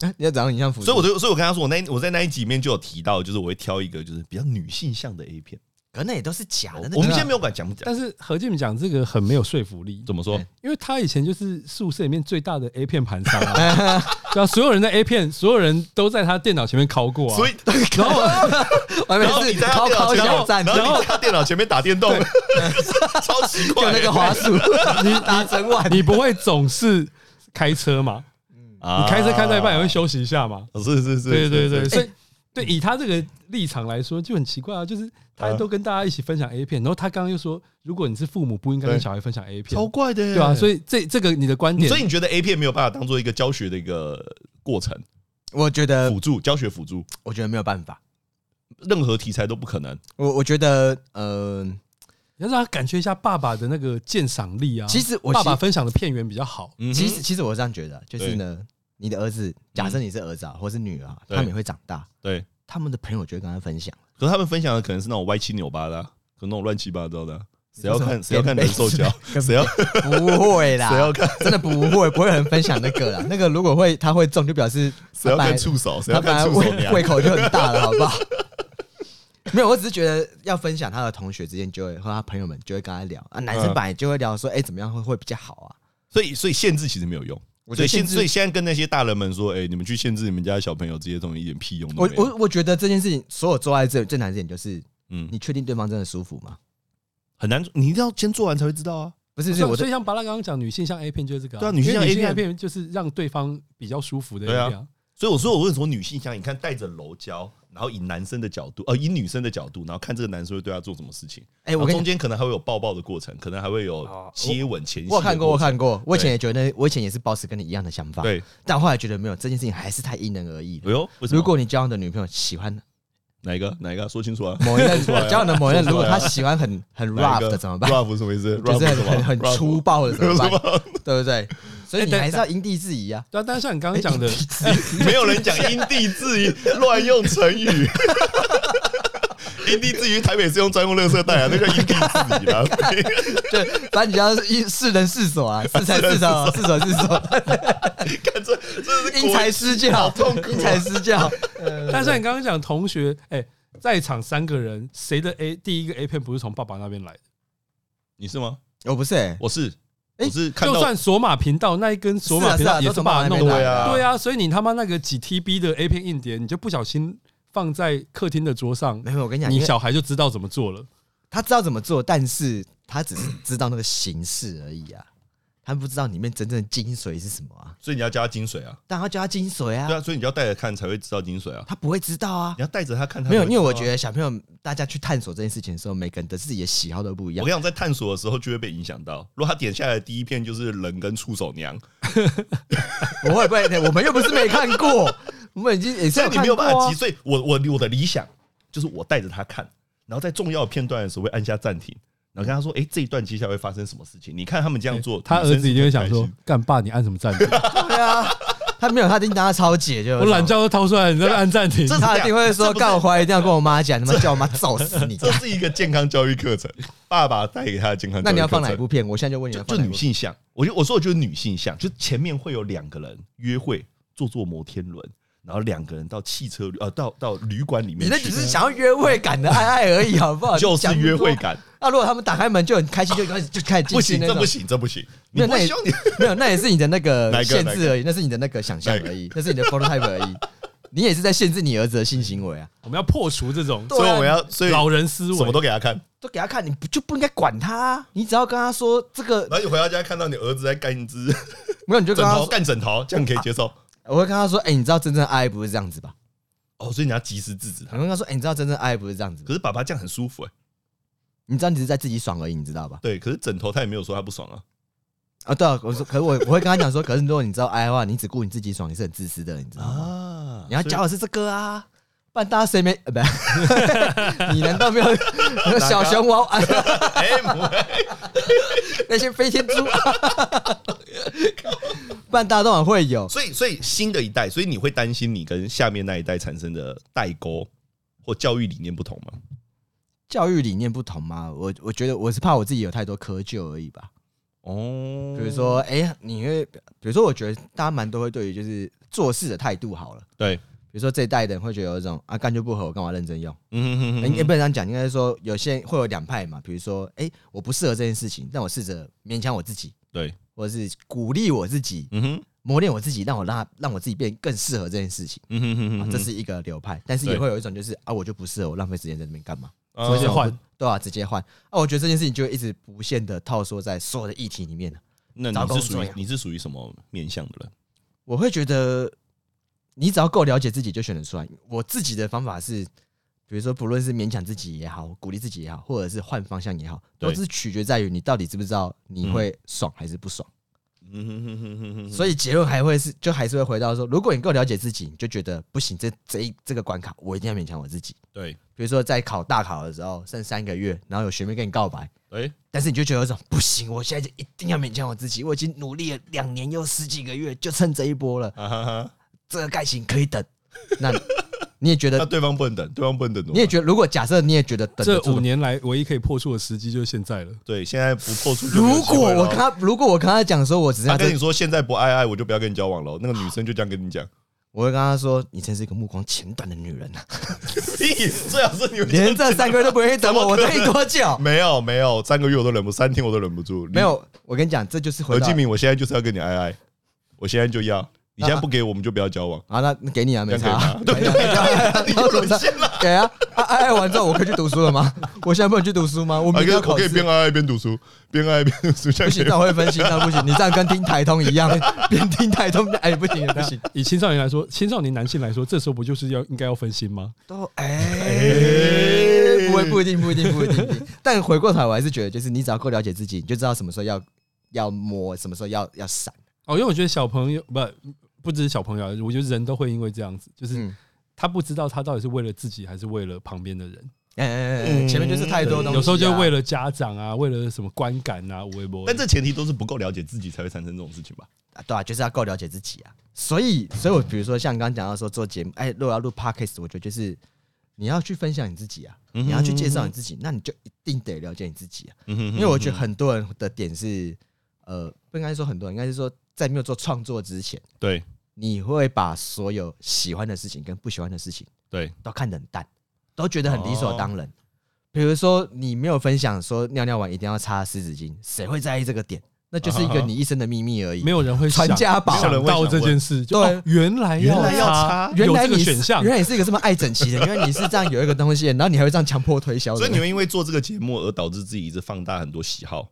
Speaker 1: 哎你要长得影像辅助，
Speaker 2: 所以我就所以我跟他说，我那一我在那一集里面就有提到，就是我会挑一个就是比较女性向的 A 片。
Speaker 1: 可那也都是假的。那个
Speaker 2: 我们现在没有管讲不讲，
Speaker 3: 但是何进讲这个很没有说服力，
Speaker 2: 怎么说？
Speaker 3: 因为他以前就是宿舍里面最大的 A 片盘商啊， 对啊，所有人的 A 片，所有人都在他电脑前面拷过啊，
Speaker 2: 所以
Speaker 1: 然后我
Speaker 2: 然后
Speaker 1: 每
Speaker 2: 你
Speaker 1: 次
Speaker 2: 在他
Speaker 1: 高
Speaker 2: 电
Speaker 1: 高
Speaker 2: 脑前
Speaker 1: 挑战，
Speaker 2: 面，然
Speaker 1: 然
Speaker 2: 后
Speaker 1: 后
Speaker 2: 你在他电脑前面打电动， 超奇
Speaker 1: 就
Speaker 2: 怪
Speaker 1: 那
Speaker 2: 欸。
Speaker 1: 个滑鼠， 你打整晚。
Speaker 3: 你不会总是开 车嘛？
Speaker 2: 你
Speaker 3: 你开车开到一半也会休息一下嘛？
Speaker 2: 哦是啊是是，
Speaker 3: 对对对，
Speaker 2: 是
Speaker 3: 所以对以他这个立场来说就很奇怪啊，就是他都跟大家一起分享 A 片，然后他刚刚又说，如果你是父母，不应该
Speaker 2: 对
Speaker 3: 跟小孩分享 A 片
Speaker 2: 超，怪的耶，
Speaker 3: 对啊，所以这这个你的观点，
Speaker 2: 所以你觉得 A 片没有办法当做一个教学的一个过程
Speaker 1: 我觉得，
Speaker 2: 辅助教学辅助，
Speaker 1: 我觉得没有办法。
Speaker 2: 任何题材都不可能。
Speaker 1: 我我觉得，呃，
Speaker 3: 你要让他感觉一下爸爸的那个鉴赏力啊。
Speaker 1: 其实我
Speaker 3: 爸
Speaker 1: 其
Speaker 3: 爸
Speaker 1: 实
Speaker 3: 分享的片源比较好，
Speaker 2: 嗯哼嗯
Speaker 1: 其实，其实我这样觉得，就是呢，你的儿子，假设你是儿子啊，或是女儿啊，
Speaker 2: 对
Speaker 1: 他们也会长大，
Speaker 2: 对，
Speaker 1: 他们的朋友就会跟他分 享。
Speaker 2: 可是他们分享的可能是那种歪七扭八的啊、可能那种乱七八糟的啊、谁要看
Speaker 1: 就是
Speaker 2: 谁要看人兽 交，谁要谁
Speaker 1: 不会啦，
Speaker 2: 要看
Speaker 1: 真的不会，不会有人分享那个 啦。那个如果会，他会中，就表示
Speaker 2: 谁
Speaker 1: 他本
Speaker 2: 要
Speaker 1: 来
Speaker 2: 看触手，谁
Speaker 1: 他
Speaker 2: 要
Speaker 1: 本
Speaker 2: 看
Speaker 1: 来
Speaker 2: 触手
Speaker 1: 胃
Speaker 2: 娘
Speaker 1: 胃，口就很大 了，好不好？没有，我只是觉得要分享他的同学之间就会和他朋友们就会跟他聊啊，男生
Speaker 2: 嗯
Speaker 1: 本来就会聊说，哎，怎么样会会比较好啊？
Speaker 2: 所以所以限制其实没有用。
Speaker 1: 我觉
Speaker 2: 所
Speaker 1: 得
Speaker 2: 以现
Speaker 1: 限制
Speaker 2: 所以现在跟那些大人们说，哎、你们去限制你们家小朋友这些东西一点屁用都
Speaker 1: 我
Speaker 2: 没有。
Speaker 1: 我我觉得这件事情，所有做爱最最难的点就是，
Speaker 2: 嗯，
Speaker 1: 你确定对方真的舒服吗？
Speaker 2: 很难，你一定要先做完才会知道啊。
Speaker 1: 不是，不是
Speaker 3: 所以
Speaker 1: 我
Speaker 3: 所以像巴拉刚刚讲，女性像 A 片就是这个、
Speaker 2: 对啊女性
Speaker 3: 因
Speaker 2: 像
Speaker 3: 为
Speaker 2: A
Speaker 3: 女
Speaker 2: 片
Speaker 3: 性 A 片就是让对方比较舒服的 A
Speaker 2: 对啊
Speaker 3: 片、啊。
Speaker 2: 所以我说，我为什么女性像你看带着柔焦，然后以男生的角度，呃，以女生的角度，然后看这个男生会对她做什么事情。
Speaker 1: 哎，我
Speaker 2: 然后
Speaker 1: 跟
Speaker 2: 中
Speaker 1: 你
Speaker 2: 间可能还会有抱抱的过程，可能还会有接吻前戏。
Speaker 1: 我有看过，我有，看过，我以前也觉得，我以前也是保持跟你一样的想法，
Speaker 2: 对，
Speaker 1: 但后来觉得没有这件事情还是太因人而异
Speaker 2: 哎
Speaker 1: 了。
Speaker 2: 呦，为什么？
Speaker 1: 如果你交往的女朋友喜欢
Speaker 2: 哪一个哪一个说清楚啊？
Speaker 1: 某一任，交往的某一任，
Speaker 2: 说
Speaker 1: 如
Speaker 2: 出来啊
Speaker 1: 果她喜欢很很
Speaker 2: 哪
Speaker 1: rough
Speaker 2: 一个
Speaker 1: 的怎么办？
Speaker 2: ？rap 是什么意思？
Speaker 1: 就是很很
Speaker 2: rap 什
Speaker 1: 很
Speaker 2: 么 rap
Speaker 1: 粗暴的怎 么办
Speaker 2: 什？
Speaker 1: 对不对？所以
Speaker 3: 哎
Speaker 1: 你
Speaker 3: 但
Speaker 1: 还是要因地制宜啊。
Speaker 3: 对啊，但是像你刚刚讲的，
Speaker 2: 没有人讲因地制宜，乱用 成语。因地制宜，台北是用专用垃圾袋啊，那叫因地制 宜啦。
Speaker 1: 对，反正你要是是人是所 啊，是才是所，是所是所，
Speaker 2: 看这这是
Speaker 1: 因材
Speaker 2: 国
Speaker 1: 施教，
Speaker 2: 痛苦啊
Speaker 1: 因材施教。
Speaker 3: 但是像你刚刚讲同学，哎、在场三个人，谁的 A 第一个 A 片不是从爸爸那边来的？
Speaker 2: 你是吗？
Speaker 1: 我不是欸，
Speaker 2: 我是，
Speaker 1: 哎
Speaker 2: 我是看
Speaker 3: 就
Speaker 2: 到
Speaker 3: 算索马频道那一根索马频
Speaker 1: 是啊
Speaker 3: 道
Speaker 1: 是啊
Speaker 3: 也
Speaker 1: 都从
Speaker 3: 爸
Speaker 1: 爸爸那
Speaker 3: 弄
Speaker 1: 边
Speaker 3: 的
Speaker 1: 来，
Speaker 2: 对啊
Speaker 3: 对啊，所以你他妈那个几 TB 的 A 片硬碟，你就不小心放在客厅的桌上
Speaker 1: 没，有，我哎跟你讲，
Speaker 3: 你
Speaker 1: 因为
Speaker 3: 小孩就知道怎么做了。
Speaker 1: 他知道怎么做，但是他只是知道那个形式而已啊，他不知道里面真正的精髓是什么啊。
Speaker 2: 所以你要加精髓啊，
Speaker 1: 但他叫他精髓
Speaker 2: 对
Speaker 1: 啊，
Speaker 2: 啊，所以你要带着看才会知道精髓啊，
Speaker 1: 他不会知道啊
Speaker 2: 你。要带着他看他才
Speaker 1: 没
Speaker 2: 会
Speaker 1: 有，
Speaker 2: 知道啊。
Speaker 1: 因为我觉得小朋友大家去探索这件事情的时候，每个人的自己的喜好都不一
Speaker 2: 我
Speaker 1: 样
Speaker 2: 跟。你讲，在探索的时候就会被影响到。如果他点下来的第一片就是人跟触手娘，
Speaker 1: 不会不会，我们又不是没看 过，我们已经也是
Speaker 2: 所以
Speaker 1: 有
Speaker 2: 你
Speaker 1: 看
Speaker 2: 没有办
Speaker 1: 过
Speaker 2: 法
Speaker 1: 啊
Speaker 2: 急。所以我我我的理想就是我带着他看，然后在重要的片段的时候会按下暂停，然后跟他说：“哎、这一段接下来会发生什么事情？”你看他们这样做，
Speaker 3: 他
Speaker 2: 女
Speaker 3: 儿
Speaker 2: 生
Speaker 3: 子一
Speaker 2: 是
Speaker 3: 定会
Speaker 2: 很
Speaker 3: 想
Speaker 2: 开
Speaker 3: 说
Speaker 2: 心：“
Speaker 3: 干爸，你按什么暂停？
Speaker 1: 对啊，他没有，他一定当他超姐就有
Speaker 3: 我懒觉都掏出来，你在那按暂停。
Speaker 2: 这
Speaker 1: 他一定会说
Speaker 2: 这不是
Speaker 1: 干我回来一定要跟我妈讲，他妈叫我妈揍死你。
Speaker 2: 这是一个健康教育 课程，爸爸带给他的健康教育课程。
Speaker 1: 那你要放哪一部片？我现在就问你
Speaker 2: 就
Speaker 1: 要
Speaker 2: 就
Speaker 1: 放哪一
Speaker 2: 女
Speaker 1: 部，
Speaker 2: 性向，我就我说的就是女性向，就前面会有两个人约会，坐坐摩天轮，然后两个人到汽车旅呃到到旅馆里面
Speaker 1: 你
Speaker 2: 去，
Speaker 1: 那只是想要约会感的爱爱而已，好不好？
Speaker 2: 就是约会。感，
Speaker 1: 那啊如果他们打开门就很开心，就开始就开始进
Speaker 2: 不
Speaker 1: 去
Speaker 2: 行，
Speaker 1: 那
Speaker 2: 这
Speaker 1: 种
Speaker 2: 不。行，这不行，
Speaker 1: 没有
Speaker 2: 你不
Speaker 1: 那也
Speaker 2: 希望你
Speaker 1: 没有，那也是你的那
Speaker 2: 哪
Speaker 1: 个
Speaker 2: 一个
Speaker 1: 限制而已，那是你的那个想象而已，那是你的 prototype 而 已。你也是在限制你儿子的性行为啊！
Speaker 3: 我们要破除这种
Speaker 1: 对
Speaker 2: 所以我们要所以
Speaker 3: 老人思维，
Speaker 2: 什么都给他看，
Speaker 1: 都给他看，你不就不应该管他、啊？你只要跟他说这个，
Speaker 2: 然后你回到家看到你儿子在干一只
Speaker 1: 没有你就
Speaker 2: 枕
Speaker 1: 跟他
Speaker 2: 头
Speaker 1: 说，
Speaker 2: 干枕头，这样可以接受
Speaker 1: 我会跟他说，哎、你知道真正爱不是这样子吧？
Speaker 2: 哦，所以你要及时制止
Speaker 1: 我
Speaker 2: 他。
Speaker 1: 会跟他说，哎、你知道真正爱不是这样子吧
Speaker 2: 可？是爸爸这样很舒服哎、
Speaker 1: 你知道你只是在自己爽而已，你知道吧？
Speaker 2: 对，可是枕头他也没有说他不爽啊，
Speaker 1: 啊，对啊，我说，可是我我会跟他讲说，可是如果你知道爱的话，你只顾你自己爽，你是很自私的，你知道吗？
Speaker 2: 啊
Speaker 1: 你要教的是这个啊，不然大家谁没？呃不， 你难道没有小熊娃娃
Speaker 2: 哎，不会
Speaker 1: 那些飞天猪？ 不然大家都很会有，
Speaker 2: 所以，所以新的一代，所以你会担心你跟下面那一代产生的代沟或教育理念不同吗？
Speaker 1: 教育理念不同嘛。我我觉得我是怕我自己有太多窠臼而已吧。
Speaker 2: 哦
Speaker 1: 比如，说，哎、你会，比如说，我觉得大家蛮都会对于就是做事的态度好了。
Speaker 2: 对，
Speaker 1: 比如说这一代的人会觉得有一种啊干就不合，我干嘛认真用？
Speaker 2: 嗯哼
Speaker 1: 应、该不能这样讲，应该说有些人会有两派嘛。比如说，哎、我不适合这件事情，但我试着勉强我自己，
Speaker 2: 对，
Speaker 1: 或者是鼓励我自己，
Speaker 2: 嗯哼，
Speaker 1: 磨练我自己，让我让让我自己变更适合这件事情、
Speaker 2: 嗯哼哼
Speaker 1: 啊。这是一个流派，但是
Speaker 2: 对
Speaker 1: 也会有一种就是啊，我就不适合，我浪费时间在那边干嘛？
Speaker 3: 直接
Speaker 1: 我
Speaker 3: 换
Speaker 1: 不对啊，直接换啊！我觉得这件事情就会一直无限的套缩在所有的议题里面了
Speaker 2: 那
Speaker 1: 糟
Speaker 2: 你
Speaker 1: 糕
Speaker 2: 是属
Speaker 1: 这
Speaker 2: 于
Speaker 1: 样
Speaker 2: 你是属于什么面向的人？
Speaker 1: 我会觉得，你只要够了解自己，就选得出来。我自己的方法是，比如说，不论是勉强自己也好，鼓励自己也好，或者是换方向也好，
Speaker 2: 对
Speaker 1: 都是取决在于你到底知不知道你会爽还是不爽。
Speaker 2: 嗯哼哼哼哼哼
Speaker 1: 所
Speaker 2: 以
Speaker 1: 以结论还会是，就还是会回到说，如果你够了解自己，你就觉得不行，这这一这个关卡我一定要勉强我自己。
Speaker 2: 对，
Speaker 1: 比如说，在考大考的时候，剩三个月，然后有学妹跟你告白，
Speaker 2: 哎，
Speaker 1: 但是你就觉得有一种不行，我现在就一定要勉强我自己，我已经努力了两年又十几个月，就趁这一波了。
Speaker 2: 啊哈哈，
Speaker 1: 这个盖型可以等。 那你也觉
Speaker 2: 那
Speaker 1: 得，
Speaker 2: 对方不能等，对方不能等怎么办，
Speaker 1: 你也觉得，如果假设你也觉得等
Speaker 3: 这
Speaker 1: 得住
Speaker 3: 五
Speaker 1: 的，
Speaker 3: 年来唯一可以破处的时机就是 现在了。
Speaker 2: 对，现在不破处就没有
Speaker 1: 如
Speaker 2: 机会
Speaker 1: 果
Speaker 2: 了哦。
Speaker 1: 我跟他，如果我跟他讲说，我只是
Speaker 2: 他
Speaker 1: 要这
Speaker 2: 跟你，说现在不爱爱，我就不要跟你交往了哦。那个女生就这样跟你讲，
Speaker 1: 我会跟他说，你真是一个目光浅短的女人啊，
Speaker 2: 屁最好是你们
Speaker 1: 连这三个月都不愿意等我，我等你多 久？
Speaker 2: 没有没有三个月我都忍不，三天我都忍不住，
Speaker 1: 没有，我啊跟你讲，这就是回
Speaker 2: 何
Speaker 1: 到
Speaker 2: 敬明，我现在就是要跟你爱爱，我现在就要，你现在不给我们就不要交 往，
Speaker 1: 啊，那那给你啊， 没
Speaker 2: 这
Speaker 1: 差
Speaker 2: 样
Speaker 1: 啊，
Speaker 2: 可以吗？对对，你就沦陷了。
Speaker 1: 给啊， 啊爱爱完之后我可以去读书了吗？ 我现在不能去读书吗？我
Speaker 2: 我
Speaker 1: 明
Speaker 2: 可以
Speaker 1: 天要
Speaker 2: 我
Speaker 1: 考
Speaker 2: 啊可以
Speaker 1: 试。
Speaker 2: 边爱爱边读书，边爱爱边读书，这
Speaker 1: 不
Speaker 2: 样
Speaker 1: 行，
Speaker 2: 可以
Speaker 1: 这
Speaker 2: 吗
Speaker 1: 样会分心，那不行。你这样跟听台通一样， 边听台通，哎，不行，不行，
Speaker 3: 以青少年来说，青少年男性来说，这时候不就是要应该要分心吗？
Speaker 1: 都哎、
Speaker 2: 哎
Speaker 1: 不会不一定不一定不一定，不一定但回过头来我还是觉得，就是你只要够了解自己，你就知道什么时候要要摸，什么时候要要闪。
Speaker 3: 哦，因为我觉得小朋友不不只是小朋友啊，我觉得人都会因为这样子，就是
Speaker 1: 嗯，
Speaker 3: 他不知道他到底是为了自己还是为了旁边的人，
Speaker 1: 哎哎哎，前面就是太多东西啊、
Speaker 3: 有时候就为了家长啊，为了什么观感啊，微博。
Speaker 2: 但这 前提都是不够了解自己才会产生这种事情吧？
Speaker 1: 啊，对啊，就是要够了解自己啊。所以，所以我比如说像刚刚讲到说做节目，哎，如果要录 podcast，我觉得就是你要去分享你自己啊，
Speaker 2: 嗯哼
Speaker 1: 你要去介绍你自己，那你就一定得了解你自己啊。
Speaker 2: 嗯哼，
Speaker 1: 因为我觉得很多人的点是，呃，不应该说很多人，应该是说在没有做创作之前。
Speaker 2: 对
Speaker 1: 你会把所有喜欢的事情跟不喜欢的事情
Speaker 2: 对
Speaker 1: 都看得很淡，都觉得很理所
Speaker 3: 哦
Speaker 1: 当然。比如说，你没有分享说尿尿完一定要擦湿纸巾，谁会在意这个点？那就是一个你一生的秘密而已。
Speaker 3: 啊没
Speaker 1: 有，
Speaker 3: 有人会想
Speaker 1: 传家宝
Speaker 3: 想到这件事，就
Speaker 1: 对
Speaker 3: 哦原来
Speaker 2: 原来要
Speaker 3: 擦
Speaker 2: 擦，
Speaker 1: 原来
Speaker 3: 有
Speaker 1: 你
Speaker 3: 这个
Speaker 1: 是
Speaker 3: 选项
Speaker 1: 原，来你是一个这么爱整齐 的，原来你是这样有一个东西，然后你还会这样强迫推销的
Speaker 2: 所以
Speaker 1: 人。
Speaker 2: 你们因为做这个节目而导致自己一直放大很多喜好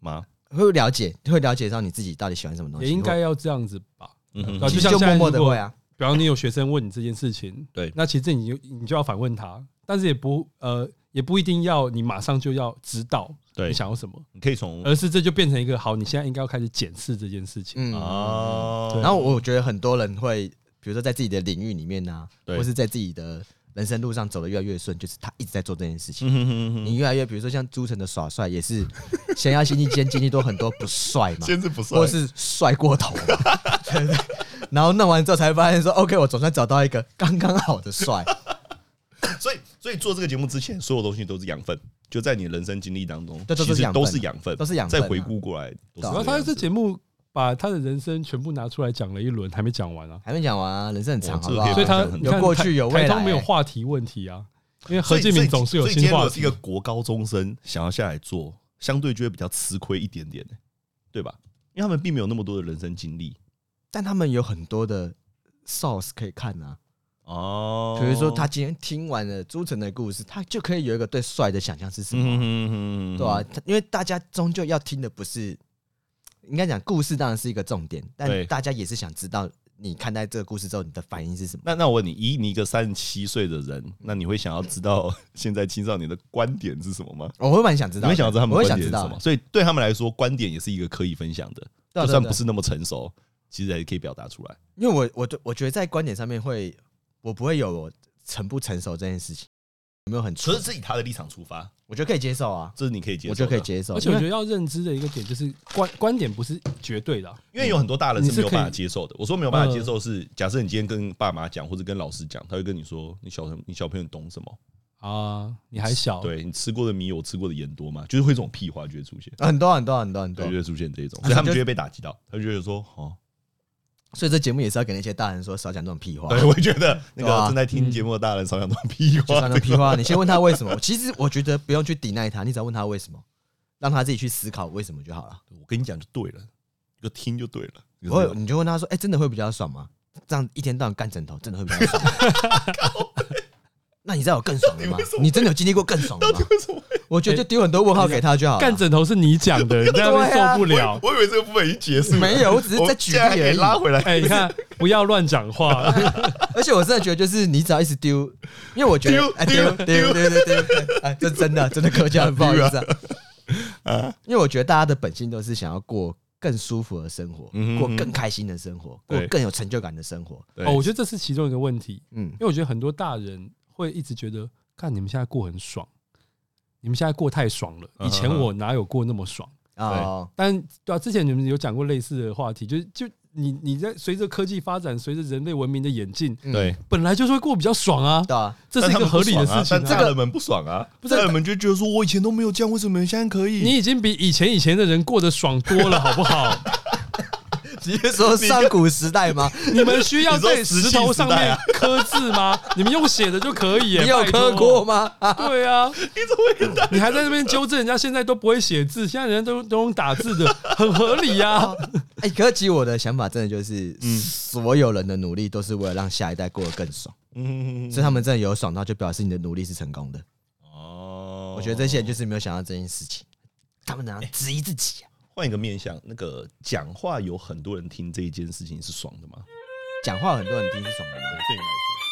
Speaker 2: 吗？
Speaker 1: 会了解，会了解到你自己到底喜欢什么东西。
Speaker 3: 也应该要这样子吧。
Speaker 2: 嗯
Speaker 3: 对啊
Speaker 2: 哼，
Speaker 1: 其实
Speaker 3: 就像
Speaker 1: 就
Speaker 3: 现在
Speaker 1: 默默的
Speaker 3: 如果
Speaker 1: 会啊，
Speaker 3: 比方你有学生问你这件事情，
Speaker 2: 对
Speaker 3: 那其实你就你就要反问他，但是也不呃也不一定要你马上就要知道
Speaker 2: 对嗯
Speaker 3: 你，想要什么，
Speaker 2: 你可以从
Speaker 3: 而是这就变成一个好，你现在应该要开始检视这件事情。
Speaker 1: 嗯
Speaker 2: 哦，
Speaker 3: 对
Speaker 1: 然后我觉得很多人会，比如说在自己的领域里面呢、
Speaker 2: 对
Speaker 1: 或是在自己的人生路上走得越来越顺，就是他一直在做这件事情。
Speaker 2: 嗯哼哼哼
Speaker 1: 你越来越，比如说像朱晨的耍帅，也是 先要经历先经历多很多不帅嘛，
Speaker 2: 先是不
Speaker 1: 或
Speaker 2: 算，
Speaker 1: 是帅过头嘛， 对不对？然后弄完之后才发现说，OK，我总算找到一个刚刚好的 帅。
Speaker 2: 所以所以做这个节目之前，所有东西都是养分，就在你人生经历当中，
Speaker 1: 对都是
Speaker 2: 其实
Speaker 1: 养分
Speaker 2: 都是养分，
Speaker 1: 都是养分啊
Speaker 2: 再回顾过来，都是
Speaker 1: 对啊
Speaker 3: 然后
Speaker 2: 这
Speaker 3: 他
Speaker 2: 样
Speaker 3: 这
Speaker 2: 子
Speaker 3: 节目把他的人生全部拿出来讲了一轮，还没讲完啊，
Speaker 1: 还没讲完啊，人生很长，好不
Speaker 2: 哇哦这个
Speaker 1: 好？
Speaker 2: 可以
Speaker 3: 所以他
Speaker 2: 讲很
Speaker 3: 你看
Speaker 1: 有过去
Speaker 3: 台
Speaker 1: 有未来
Speaker 3: 台东没有话题问题啊，因为
Speaker 2: 所
Speaker 3: 何
Speaker 2: 以
Speaker 3: 建明总是有
Speaker 2: 所以所以今
Speaker 3: 新
Speaker 2: 天如
Speaker 3: 话
Speaker 2: 果是
Speaker 3: 题
Speaker 2: 一。个国高中生想要下来做，相对就会比较吃亏一点点、对吧？因为他们并没有那么多的人生经历
Speaker 1: 但他们有很多的 source 可以看啊。
Speaker 2: 哦
Speaker 1: 比如说，他今天听完了朱晨的故事，他就可以有一个对帅的想象是什么啊。
Speaker 2: 嗯
Speaker 1: 对啊，他因为大家终究要听的不是，应该讲故事当然是一个重点，但
Speaker 2: 对
Speaker 1: 大家也是想知道你看待这个故事之后你的反应是什么。
Speaker 2: 那那我问你，以你一个三十七岁的人，那你会想要知道现在青少年的观点是什么吗？
Speaker 1: 我会蛮想知
Speaker 2: 你
Speaker 1: 道的，
Speaker 2: 会想知道他们
Speaker 1: 我会
Speaker 2: 观
Speaker 1: 想
Speaker 2: 点
Speaker 1: 知
Speaker 2: 是
Speaker 1: 道
Speaker 2: 什么？，所以对他们来说，观点也是一个可以分享的，
Speaker 1: 对啊
Speaker 2: 就算
Speaker 1: 对啊
Speaker 2: 不是那么成熟，其实还可以表达出来。
Speaker 1: 因为我我就我觉得在观点上面会，我不会有我成不成熟这件事情，有没有很
Speaker 2: 纯
Speaker 1: 纯
Speaker 2: 粹，是以他的立场出发，
Speaker 1: 我觉得可以接受啊，
Speaker 2: 这是你可以接受，
Speaker 1: 我觉得可以。接受，
Speaker 3: 而且我
Speaker 1: 因
Speaker 3: 觉
Speaker 1: 为
Speaker 3: 得要认知的一个点就是观观点不是绝对的啊、
Speaker 2: 因为有很多大人
Speaker 3: 你
Speaker 2: 是
Speaker 3: 是
Speaker 2: 没有
Speaker 3: 可以
Speaker 2: 办法接受的。我说没有办法接受是，假设你今天跟爸妈讲，或者跟老师讲，他会跟你说，你小你小朋友懂什么？
Speaker 3: 啊，你还小，
Speaker 2: 对你吃过的米有吃过的盐多吗？就是会这种屁话就会出现，
Speaker 1: 很多很多很多很多
Speaker 2: 对，就，会出现这一种，所以他们就会被打击到，他就觉得说，哦，
Speaker 1: 所以这节目也是要给那些大人说少讲这种屁话。
Speaker 2: 对，我嗯也觉得那
Speaker 1: 对啊
Speaker 2: 个正在听节目的大人少讲这种屁
Speaker 1: 就
Speaker 2: 话，
Speaker 1: 算那屁话，你先问他为什么。其实我觉得不用去抵赖他，你只要问他为什么，让他自己去思考为什么就好了。
Speaker 2: 我跟你讲就对了，你就听就对了。就是
Speaker 1: 我你就问他说：“哎、真的会比较爽吗？这样一天到晚干枕头，真的会比较爽吗？”那你知道有更爽的吗？你真的有经历过更爽的吗？我觉得就丢很多问号给他就好了。
Speaker 3: 干枕头是你讲 的，你在那边
Speaker 1: 对啊
Speaker 3: 受不了。
Speaker 2: 我以为这个 部分已经结束了，
Speaker 1: 没有我只是在举例
Speaker 2: 我现在可以拉回来。
Speaker 3: 哎、你看，不要乱讲话。
Speaker 1: 而且我真的觉得，就是你只要一直丢，因为我觉得
Speaker 2: 丢
Speaker 1: 哎丢丢丢丢丢，哎，这真的真的客家很不好意思啊。因为我觉得大家的本性都是想要过更舒服的生活，
Speaker 2: 嗯哼
Speaker 1: 过更开心的生活，过
Speaker 2: 对
Speaker 1: 更有成就感的生活。
Speaker 2: 对
Speaker 3: 哦，我觉得这是其中一个问题，
Speaker 1: 嗯
Speaker 3: 因，为我觉得很多大人会一直觉得，看你们现在过很爽，你们现在过太爽了，以前
Speaker 2: 嗯哼哼
Speaker 3: 我哪有过那么爽？
Speaker 1: 哦，
Speaker 3: 但对啊，之前你们有讲过类似的话题，就是就你你在随着科技发展，随着人类文明的演进，
Speaker 1: 嗯
Speaker 2: 对，
Speaker 3: 本来就是会过比较爽啊，
Speaker 1: 对啊，
Speaker 3: 这是一个合理的事情、
Speaker 2: 但
Speaker 3: 啊。
Speaker 2: 大人们不爽啊，
Speaker 3: 不是
Speaker 2: 大人们就觉得说，我以前都没有这样，为什么你们现在可以？
Speaker 3: 你已经比以前以前的人过得爽多了，好不好？
Speaker 1: 你是说上古时代吗？
Speaker 3: 你们需要
Speaker 2: 你说
Speaker 3: 在石头
Speaker 2: 石器时
Speaker 3: 上
Speaker 2: 代
Speaker 3: 面
Speaker 2: 啊
Speaker 3: 刻字吗？你们用写的就可 以耶。
Speaker 1: 你有
Speaker 3: 拜托
Speaker 1: 磕过？吗？啊
Speaker 3: 对啊，
Speaker 2: 你怎么会跟大
Speaker 3: 你还在那边纠正人家现在都不会写字，现在人家都都用打字的，很合理呀、啊。
Speaker 1: 哎，可是其实我的想法真的就是，所有人的努力都是为了让下一代过得更爽，
Speaker 2: 嗯
Speaker 1: 所以他们真的有爽到，就表示你的努力是成功的。
Speaker 2: 哦
Speaker 1: 我觉得这些人就是没有想到这件事情，他们怎样质疑自己啊？
Speaker 2: 换一个面向，那个讲话有很多人听这一件事情是爽的吗？
Speaker 1: 讲话很多人听是爽的吗？
Speaker 2: 对你来说。